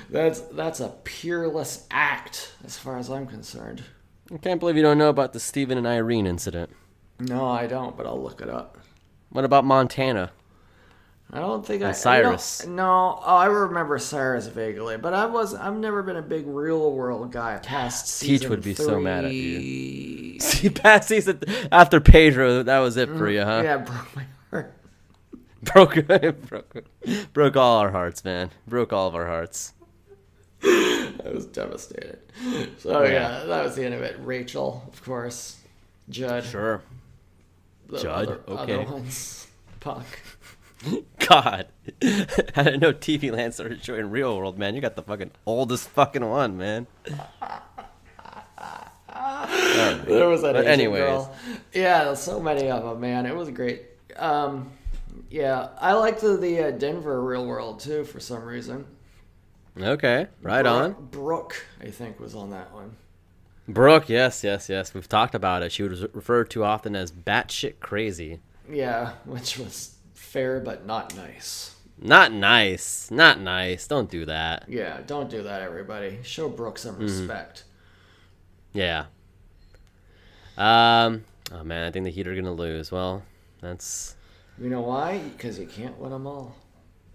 Speaker 2: that's that's a peerless act as far as I'm concerned.
Speaker 1: I can't believe you don't know about the Stephen and Irene incident.
Speaker 2: No, I don't, but I'll look it up.
Speaker 1: What about Montana? *laughs*
Speaker 2: I don't think I I don't-
Speaker 1: Cyrus.
Speaker 2: No, oh, I remember Cyrus vaguely, but I was I've never been a big real world guy past season
Speaker 1: Teach would be so mad at you.
Speaker 2: three.
Speaker 1: See, past season after Pedro, that was it for you, huh?
Speaker 2: Yeah, *laughs* broke my heart.
Speaker 1: *laughs* Broke, broke, broke all our hearts, man. Broke all of our hearts.
Speaker 2: I was devastated.
Speaker 1: Oh,
Speaker 2: So yeah. that was the end of it. Rachel, of course, Judd,
Speaker 1: Sure.
Speaker 2: the
Speaker 1: Judd,
Speaker 2: other,
Speaker 1: okay.
Speaker 2: other ones, Puck.
Speaker 1: God, *laughs* I didn't know TV Land started showing Real World, man. You got the fucking oldest fucking one, man.
Speaker 2: There was that
Speaker 1: But
Speaker 2: Asian
Speaker 1: anyways.
Speaker 2: girl. Yeah, there's so many of them, man. It was great. Um, yeah, I liked the, the uh, Denver Real World too for some reason.
Speaker 1: Okay, right
Speaker 2: Bro-
Speaker 1: on.
Speaker 2: Brooke, I think, was on that one.
Speaker 1: Brooke, yes, yes, yes. We've talked about it. She was referred to often as batshit crazy.
Speaker 2: Yeah, *laughs* which was fair but not nice.
Speaker 1: Not nice. Not nice. Don't do that.
Speaker 2: Yeah, don't do that, everybody. Show Brooke
Speaker 1: Mm-hmm.
Speaker 2: some respect.
Speaker 1: Yeah. Um. Oh man, I think the Heat are gonna lose. Well, that's
Speaker 2: You know why? Because you can't win them all.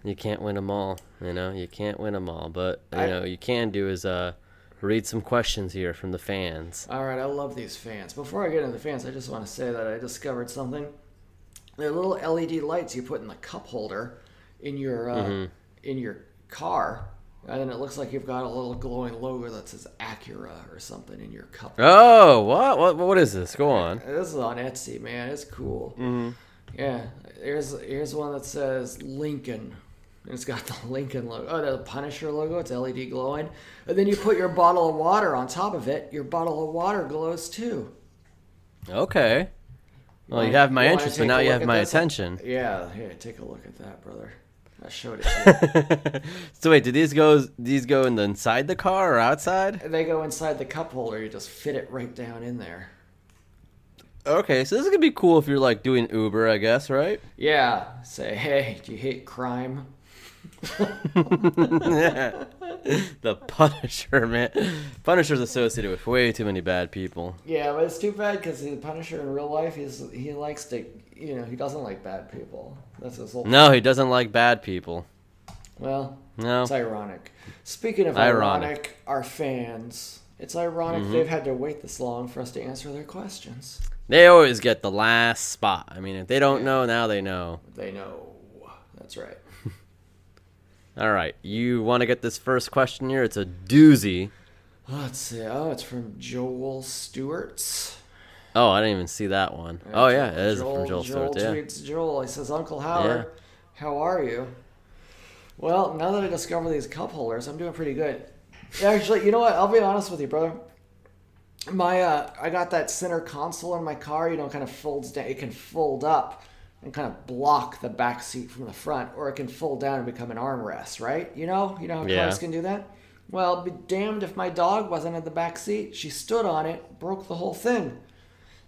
Speaker 1: you can't win them all. You know, you can't win them all. But you
Speaker 2: I-
Speaker 1: know, you can do is uh, read some questions here from the fans.
Speaker 2: All right, I love these fans. Before I get into the fans, I just want to say that I discovered something. They're little E LED lights you put in the cup holder in your uh, in your car And then it looks like you've got a little glowing logo that says Acura or something in your cup.
Speaker 1: Oh, what? What? What is this? Go on.
Speaker 2: This is on Etsy, man. It's cool. Yeah. Here's here's one that says Lincoln. And It's got *laughs* the Lincoln logo. Oh, the Punisher logo. It's LED glowing. And then you put your bottle of water on top of it. Your bottle of water glows too.
Speaker 1: Okay. Well, you
Speaker 2: wanna-
Speaker 1: have my
Speaker 2: you wanna
Speaker 1: interest, but
Speaker 2: take
Speaker 1: now
Speaker 2: a
Speaker 1: you
Speaker 2: look
Speaker 1: have
Speaker 2: at
Speaker 1: my
Speaker 2: this one?
Speaker 1: attention.
Speaker 2: Yeah. Here, take a look at that, brother. I showed it. to
Speaker 1: so wait, do these go? These go in the inside the car or outside?
Speaker 2: you. they go inside the cup holder. You just fit it right down in there.
Speaker 1: Okay, so this is gonna be cool if you're like doing Uber, I guess, right?
Speaker 2: Yeah. Say, hey, do you hate crime?
Speaker 1: *laughs* the Punisher, man. Punisher's associated with way too many bad people.
Speaker 2: Yeah, but it's too bad because the Punisher in real life, he's he likes to, you know, he doesn't like bad people. That's his whole.
Speaker 1: No, he doesn't like bad people.
Speaker 2: Well,
Speaker 1: No.
Speaker 2: it's ironic. Speaking of ironic,
Speaker 1: Ironic. Mm-hmm.
Speaker 2: our fans, it's ironic they've had to wait this long for us to answer their questions.
Speaker 1: They always get the last spot. I mean, if they don't know, now they know.
Speaker 2: They know. That's right.
Speaker 1: All right, you want to get this first question here? It's a doozy.
Speaker 2: Let's see. Oh, it's from Joel Stewart's.
Speaker 1: Oh, I didn't even see that one. Oh yeah, it is from Joel Stewart.
Speaker 2: Joel
Speaker 1: Yeah.
Speaker 2: tweets Joel. He says, "Uncle Howard, how are you?" Well, now that I discover these cup holders, I'm doing pretty good. Actually, you know what? I'll be honest with you, brother. My uh, I got that center console in my car. You know, kind of folds down. It can fold up and kind of block the back seat from the front, or it can fold down and become an armrest. Right? You know, you know how
Speaker 1: Yeah.
Speaker 2: cars can do that. Well, be damned if my dog wasn't in the back seat. She stood on it, broke the whole thing.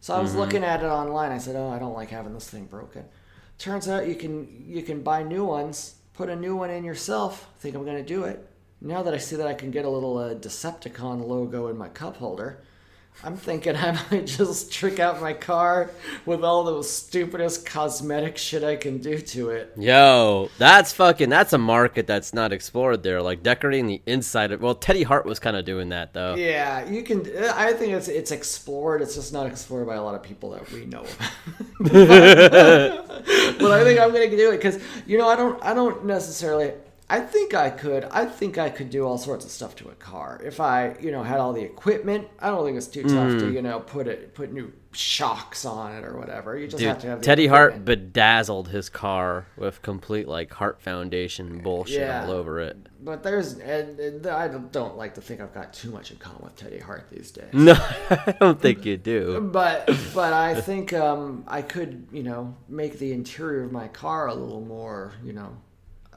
Speaker 2: So I was looking at it online. I said, "Oh, I don't like having this thing broken." Turns out you can you can buy new ones, put a new one in yourself. Think I'm going to do it. Now that I see that I can get a little uh, Decepticon logo in my cup holder, I'm thinking *laughs* I might just trick out my car with all the stupidest cosmetic shit I can do to it.
Speaker 1: Yo, that's fucking. That's a market that's not explored there. Like decorating the inside of. Well, Teddy Hart was kind of doing that though.
Speaker 2: Yeah, you can. I think it's it's explored. It's just not explored by a lot of *laughs* people that we know. but I think I'm gonna do it because you know I don't I don't necessarily. I think I could. I think I could do all sorts of stuff to a car if I you know had all the equipment. I don't think it's too tough to
Speaker 1: Mm.
Speaker 2: you know put it put new shocks on it or whatever. You just have to have
Speaker 1: Dude,
Speaker 2: the
Speaker 1: Teddy
Speaker 2: equipment.
Speaker 1: Hart bedazzled his car with complete like heart foundation bullshit
Speaker 2: Yeah.
Speaker 1: all over it. *laughs*
Speaker 2: But there's and, and I don't- don't like to think I've got too much in common with Teddy Hart these days.
Speaker 1: No, I don't think you do. *laughs*
Speaker 2: but but I think um, I could you know make the interior of my car a little more you know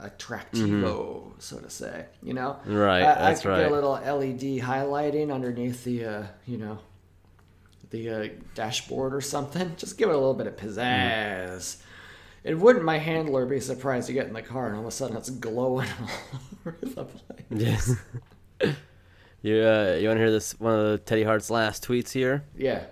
Speaker 2: attractivo so to say you know
Speaker 1: Mm-hmm.
Speaker 2: I,
Speaker 1: Right, that's
Speaker 2: I could get
Speaker 1: right.
Speaker 2: a little LED highlighting underneath the uh, you know the uh, dashboard or something just give it a little bit of pizzazz.
Speaker 1: Mm-hmm.
Speaker 2: And wouldn't my handler be surprised to get in the car and all of a sudden it's glowing all *laughs* over the place?
Speaker 1: Yes. you uh, you want to hear this one of Teddy Hart's last tweets here?
Speaker 2: Yeah.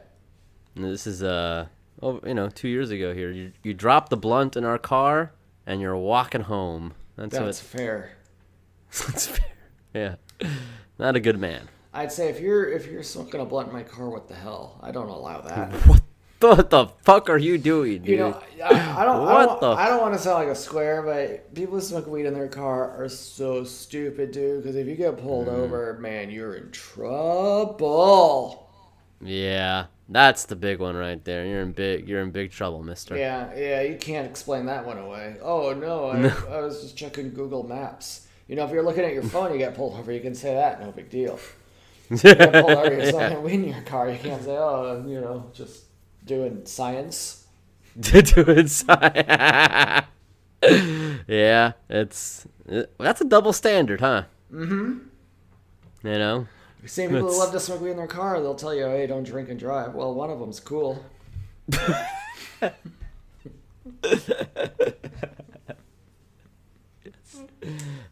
Speaker 1: And This is uh oh you know two years ago here. You you drop the blunt in our car and you're walking home. That's,
Speaker 2: That's
Speaker 1: what.
Speaker 2: fair.
Speaker 1: *laughs* That's fair. Yeah, not a good man.
Speaker 2: I'd say if you're if you're smoking a blunt in my car, what the hell? I don't allow that.
Speaker 1: What *laughs* the, what the fuck are you doing, dude?
Speaker 2: You know, I, I don't. I
Speaker 1: *laughs*
Speaker 2: don't,
Speaker 1: What the-
Speaker 2: I don't want to sound like a square, but people who smoke weed in their car are so stupid, dude. Because if you get pulled
Speaker 1: Mm-hmm.
Speaker 2: over, man, you're in trouble.
Speaker 1: yeah, that's the big one right there. You're in big you're in big trouble, Mister.
Speaker 2: Yeah, yeah, you can't explain that one away. Oh
Speaker 1: *laughs*
Speaker 2: no, I, I was just checking Google Maps. You know, if you're looking at your phone, you get pulled over. You can say that, no big
Speaker 1: *laughs*
Speaker 2: deal. You get pulled over, you're smoking weed in your car. You can't say, oh, you know, just doing science.
Speaker 1: *laughs* to do inside. *laughs* yeah, it's it, that's a double standard, huh? Mm-hmm. You know,
Speaker 2: Same people who
Speaker 1: That's-
Speaker 2: love to smoke weed in their car, they'll tell you, hey, don't drink and drive. Well, one of them's cool.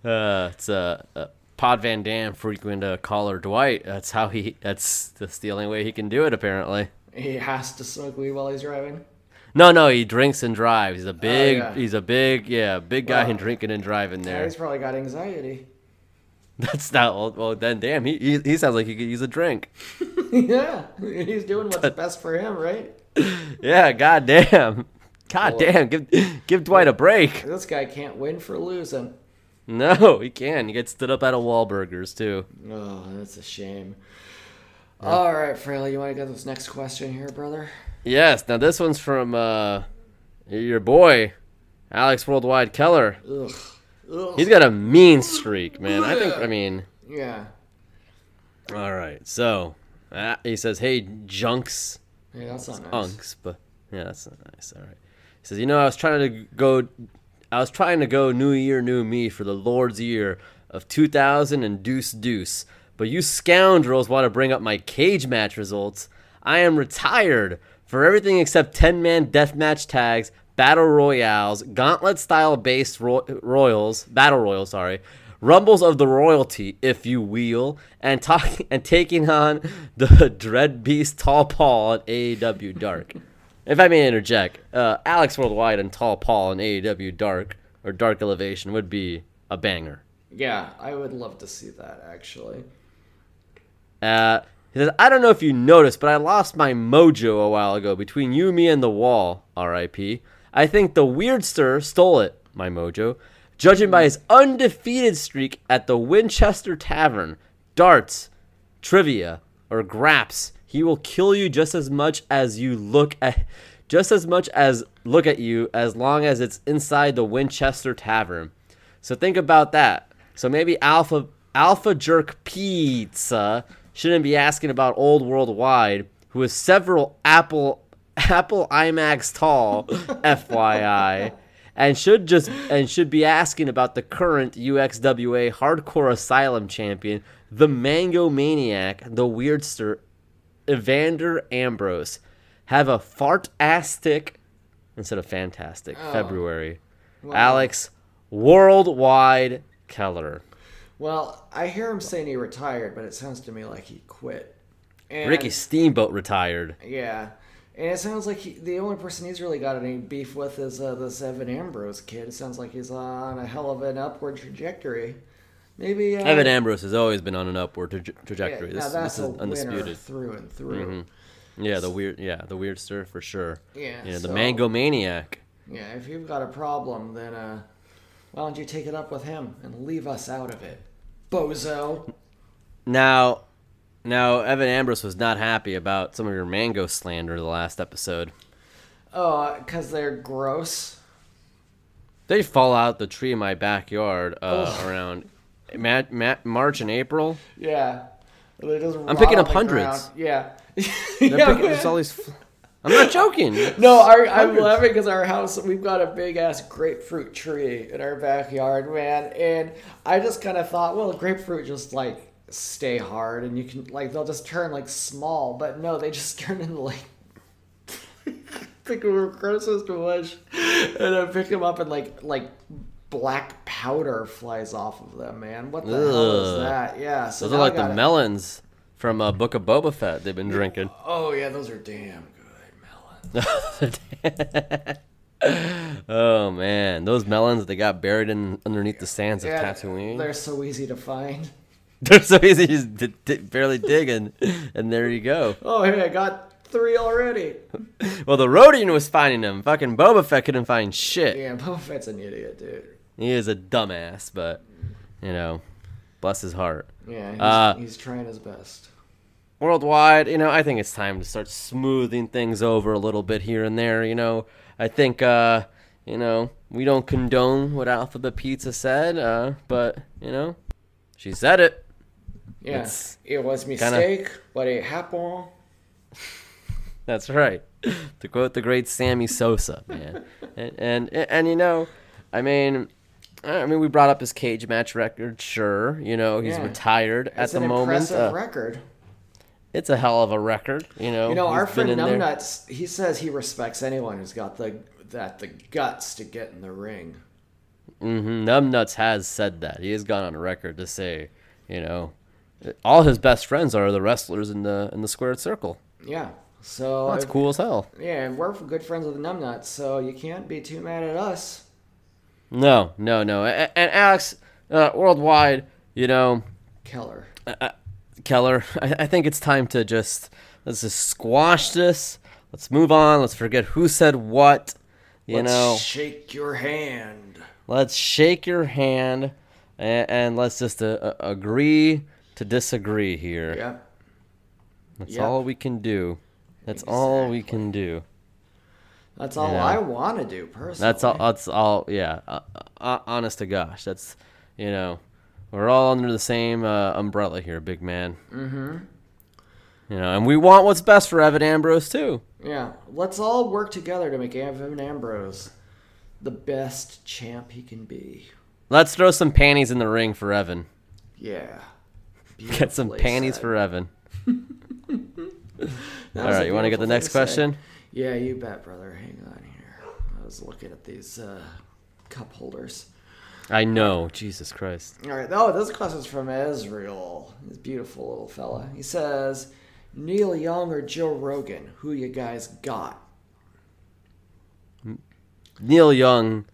Speaker 1: uh, it's uh, uh, Pod Van Dam frequent uh, caller Dwight. That's how he. That's that's the only way he can do it. Apparently,
Speaker 2: He has to smoke weed while he's driving.
Speaker 1: no, no, he drinks and drives. He's a big.
Speaker 2: Oh, yeah.
Speaker 1: He's a big. Yeah, big guy
Speaker 2: Well,
Speaker 1: in drinking and driving
Speaker 2: Yeah,
Speaker 1: there.
Speaker 2: he's probably got anxiety.
Speaker 1: *laughs*
Speaker 2: *laughs*
Speaker 1: That's not. Well, well, then damn, he, he he sounds like he could use a drink.
Speaker 2: yeah, he's doing what's best for him, right?
Speaker 1: Yeah, goddamn. *laughs* God
Speaker 2: Well-
Speaker 1: damn, give give Dwight a break.
Speaker 2: This guy can't win for losing.
Speaker 1: No, *laughs* he can. He gets stood up out of Wahlburgers too.
Speaker 2: Oh, that's a shame. All right, Fraley, you want to get this next question here, brother?
Speaker 1: Yes. Now this one's from uh, your boy, Alex Worldwide Keller.
Speaker 2: Ugh. Ugh.
Speaker 1: He's got a mean streak, man. I think. I mean,
Speaker 2: Yeah.
Speaker 1: all right. So uh, he says, "Hey, junks."
Speaker 2: Yeah, that's not nice.
Speaker 1: unks, but yeah, that's not nice. All right. He says, you know, I was trying to go, I was trying to go New Year, New Me for the Lord's year of 2000 and Deuce Deuce, but you scoundrels want to bring up my cage match results. I am retired for everything except 10 man deathmatch tags, battle royales, gauntlet style based ro- royals, battle royals, sorry, rumbles of the royalty, if you will, and talking *laughs* and taking on the *laughs* dread beast Tall Paul at AEW Dark. if I may interject, uh, Alex Worldwide and Tall Paul and AEW Dark or Dark Elevation would be a banger.
Speaker 2: Yeah, I would love to see that actually.
Speaker 1: Uh, he says, I don't know if you noticed, but I lost my mojo a while ago between you, me, and the wall. R.I.P. I think the weirdster stole it, my mojo, judging by his undefeated streak at the Winchester Tavern. Darts, trivia, or graps. He will kill you just as much as you look at, just as much as look at you, as long as it's inside the Winchester Tavern. So think about that. So maybe Alpha Alpha Jerk Pizza shouldn't be asking about Old Worldwide, who is several Apple *laughs* Apple IMAX tall, *laughs* FYI, and should just and should be asking about the current UXWA Hardcore Asylum champion, the Mango Maniac, the Weirdster, Evander Ambrose. Have a fartastic instead of fantastic
Speaker 2: Oh.
Speaker 1: February. Alex Worldwide Keller.
Speaker 2: Well, I hear him saying he retired, but it sounds to me like he quit. And,
Speaker 1: Ricky Steamboat retired.
Speaker 2: Yeah, and it sounds like he, the only person he's really got any beef with is uh, this Evan Ambrose kid. It sounds like he's on a hell of an upward trajectory. Maybe uh,
Speaker 1: Evan Ambrose has always been on an upward traje-
Speaker 2: yeah,
Speaker 1: trajectory.
Speaker 2: now
Speaker 1: this,
Speaker 2: that's
Speaker 1: this
Speaker 2: a
Speaker 1: is
Speaker 2: winner
Speaker 1: undisputed. Mm-hmm.
Speaker 2: through and through.
Speaker 1: Yeah, the weird, yeah, the weirdster for sure.
Speaker 2: Yeah,
Speaker 1: you know, the
Speaker 2: so-
Speaker 1: Mango Maniac.
Speaker 2: Yeah, if you've got a problem, then uh, why don't you take it up with him and leave us out of it, bozo?
Speaker 1: Now, now Evan Ambrose was not happy about some of your mango slander the last episode.
Speaker 2: Oh, because they're gross.
Speaker 1: They fall out the tree in my backyard uh, around ma- ma- March
Speaker 2: *laughs*
Speaker 1: and April.
Speaker 2: Yeah. They just rot
Speaker 1: picking
Speaker 2: on
Speaker 1: up
Speaker 2: the
Speaker 1: hundreds.
Speaker 2: ground. Yeah. *laughs*
Speaker 1: They're
Speaker 2: Yeah,
Speaker 1: picking-
Speaker 2: man.
Speaker 1: there's all these. fl- I'm not joking.
Speaker 2: *laughs* no, our, I'm
Speaker 1: Hundreds.
Speaker 2: laughing because our house, we've got a big ass grapefruit tree in our backyard, man. And I just kind of thought, well, grapefruit just like stay hard and you can, like, they'll just turn like small. But no, they just *laughs* turn into like. Pick were grossest wish, and I pick them up and like like black powder flies off of them. Man, what the hell
Speaker 1: Ugh.
Speaker 2: is that? Yeah, so
Speaker 1: Those are
Speaker 2: now I
Speaker 1: like the
Speaker 2: gotta-
Speaker 1: melons from uh, Book of Boba Fett they've been drinking. *laughs*
Speaker 2: Oh yeah, those are damn good melons.
Speaker 1: oh man, those melons they got buried in underneath the sands of
Speaker 2: Yeah,
Speaker 1: Tatooine. *laughs*
Speaker 2: They're
Speaker 1: They're,
Speaker 2: so easy to find.
Speaker 1: so easy, just di- di- barely digging, and there you go.
Speaker 2: Oh hey, I got three already.
Speaker 1: Well, the Rodian was finding them. Fucking Boba Fett couldn't find shit.
Speaker 2: Yeah, Boba Fett's an idiot, dude.
Speaker 1: He is a dumbass, but you know, bless his heart.
Speaker 2: Yeah, he's,
Speaker 1: Uh,
Speaker 2: he's trying his best.
Speaker 1: worldwide, you know, I think it's time to start smoothing things over a little bit here and there, you know. I think uh, you know, we don't condone what Alphabet Pizza said, uh, but you know, she said it.
Speaker 2: Yeah,
Speaker 1: it's
Speaker 2: it was mistake, but it happened.
Speaker 1: That's right. to quote the great Sammy Sosa, man. and, and and you know, I mean I mean, we brought up his cage match record. Sure, you know he's
Speaker 2: Yeah.
Speaker 1: retired at
Speaker 2: It's
Speaker 1: the
Speaker 2: an
Speaker 1: moment.
Speaker 2: impressive
Speaker 1: Uh,
Speaker 2: record.
Speaker 1: it's a hell of a record, you know.
Speaker 2: You know, our
Speaker 1: he's been
Speaker 2: friend
Speaker 1: in there.
Speaker 2: Numbnuts, he says he respects anyone who's got the that the guts to get in the ring.
Speaker 1: Mm-hmm. Numbnuts has said that. He has gone on record to say, you know, all his best friends are the wrestlers in the in the squared circle.
Speaker 2: Yeah, so
Speaker 1: That's
Speaker 2: if-
Speaker 1: cool as hell.
Speaker 2: Yeah, and we're good friends with the Numbnuts, so you can't be too mad at us.
Speaker 1: No, no, no. A- And Alex, uh, worldwide, you know,
Speaker 2: Keller.
Speaker 1: Keller, *laughs* I, I think it's time to just let's just squash this. Let's move on. Let's forget who said what. You
Speaker 2: Let's
Speaker 1: know,
Speaker 2: shake your hand.
Speaker 1: let's shake your hand. And, and let's just uh, uh, agree to disagree here.
Speaker 2: Yep.
Speaker 1: That's
Speaker 2: yep.
Speaker 1: all we can do. That's all we can do.
Speaker 2: That's all
Speaker 1: Yeah.
Speaker 2: I want to do personally.
Speaker 1: That's all. That's all. Yeah. Uh, uh, honest to gosh, that's you know, we're all under the same uh, umbrella here, big man. Mm-hmm. You know, and we want what's best for Evan Ambrose too.
Speaker 2: Yeah. Let's all work together to make Evan Ambrose the best champ he can be.
Speaker 1: Let's throw some panties in the ring for Evan. *laughs*
Speaker 2: Yeah.
Speaker 1: Get some
Speaker 2: Beautifully
Speaker 1: panties
Speaker 2: said.
Speaker 1: for Evan.
Speaker 2: That
Speaker 1: All
Speaker 2: was a
Speaker 1: right, you want to get
Speaker 2: beautiful
Speaker 1: the next
Speaker 2: thing to say.
Speaker 1: question?
Speaker 2: Yeah, you bet, brother. Hang on here. I was looking at these uh, cup holders.
Speaker 1: I know. Jesus Christ.
Speaker 2: All right. Oh, this question's from Israel. This beautiful little fella. He says, Neil Young or Joe Rogan, who you guys got?
Speaker 1: Neil Young.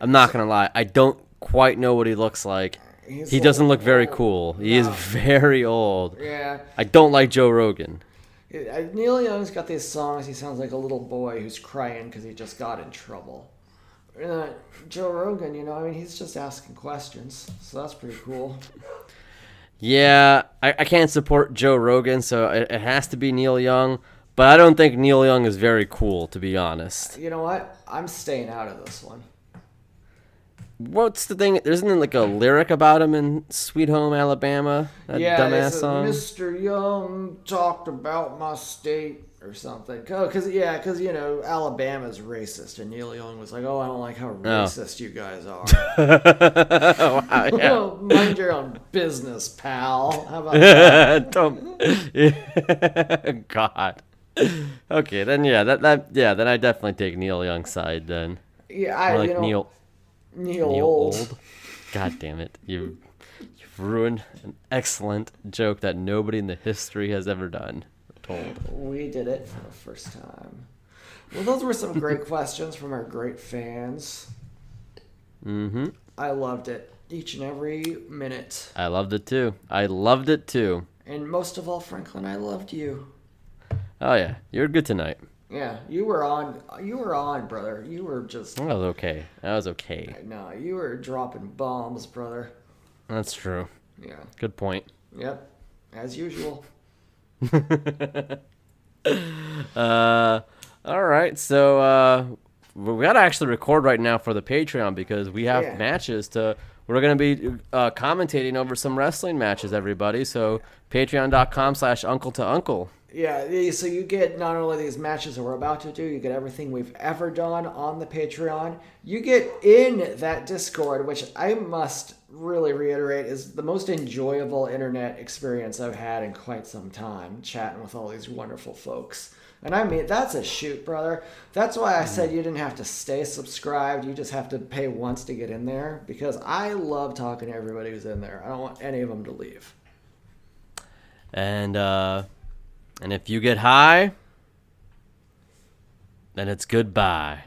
Speaker 1: I'm not gonna lie. I don't quite know what he looks like.
Speaker 2: He's
Speaker 1: He
Speaker 2: a-
Speaker 1: doesn't look very cool. He is
Speaker 2: No.
Speaker 1: *laughs* very old.
Speaker 2: Yeah.
Speaker 1: I don't like Joe Rogan.
Speaker 2: Uh, Neil Young's got these songs. He sounds like a little boy who's crying because he just got in trouble. Uh, Joe Rogan, you know, I mean, he's just asking questions, so that's pretty cool.
Speaker 1: Yeah, I, I can't support Joe Rogan, so it, it has to be Neil Young. But I don't think Neil Young is very cool, to be honest.
Speaker 2: You know what? I'm staying out of this one.
Speaker 1: What's the thing? Isn't there like a lyric about him in Sweet Home Alabama? That
Speaker 2: yeah, they
Speaker 1: dumbass
Speaker 2: said,
Speaker 1: song.
Speaker 2: Mr. Young talked about my state or something. Oh, cause yeah, cause you know Alabama's racist, and Neil Young was like, "Oh, I don't like how racist you guys are."
Speaker 1: wow, *laughs* yeah.
Speaker 2: oh, mind your own business, pal. How
Speaker 1: *laughs*
Speaker 2: about that?
Speaker 1: Don't- *laughs* God. Okay, then yeah, that that yeah, then I definitely take Neil Young's side then.
Speaker 2: Yeah, I,
Speaker 1: I like
Speaker 2: you know,
Speaker 1: Neil
Speaker 2: Neil,
Speaker 1: Neil
Speaker 2: old.
Speaker 1: Old. God damn it. You you've ruined an excellent joke that nobody in the history has ever done. or Told.
Speaker 2: We did it for the first time. Well, those were some great questions from our great fans.
Speaker 1: Mm-hmm.
Speaker 2: I loved it each and every minute,
Speaker 1: I loved it too. I loved it too.
Speaker 2: and most of all, Franklin, I loved you.
Speaker 1: Oh yeah. You're good tonight.
Speaker 2: Yeah, you were on. You were on, brother. You were just
Speaker 1: That was okay. That was okay.
Speaker 2: no. You were dropping bombs, brother.
Speaker 1: That's true.
Speaker 2: Yeah.
Speaker 1: Good point.
Speaker 2: Yep. As usual.
Speaker 1: Uh, all right. So uh, we gotta actually record right now for the Patreon because we have
Speaker 2: Yeah.
Speaker 1: matches to. We're gonna be uh, commentating over some wrestling matches, everybody. So Patreon.com/slash Uncle to Uncle.
Speaker 2: Yeah. y- So you get not only these matches that we're about to do, you get everything we've ever done on the Patreon. You get in that Discord, which I must really reiterate is the most enjoyable internet experience I've had in quite some time, chatting with all these wonderful folks. And I mean, that's a shoot, brother. That's why I said you didn't have to stay subscribed. You just have to pay once to get in there because I love talking to everybody who's in there. I don't want any of them to leave.
Speaker 1: And uh, and if you get high, then it's goodbye.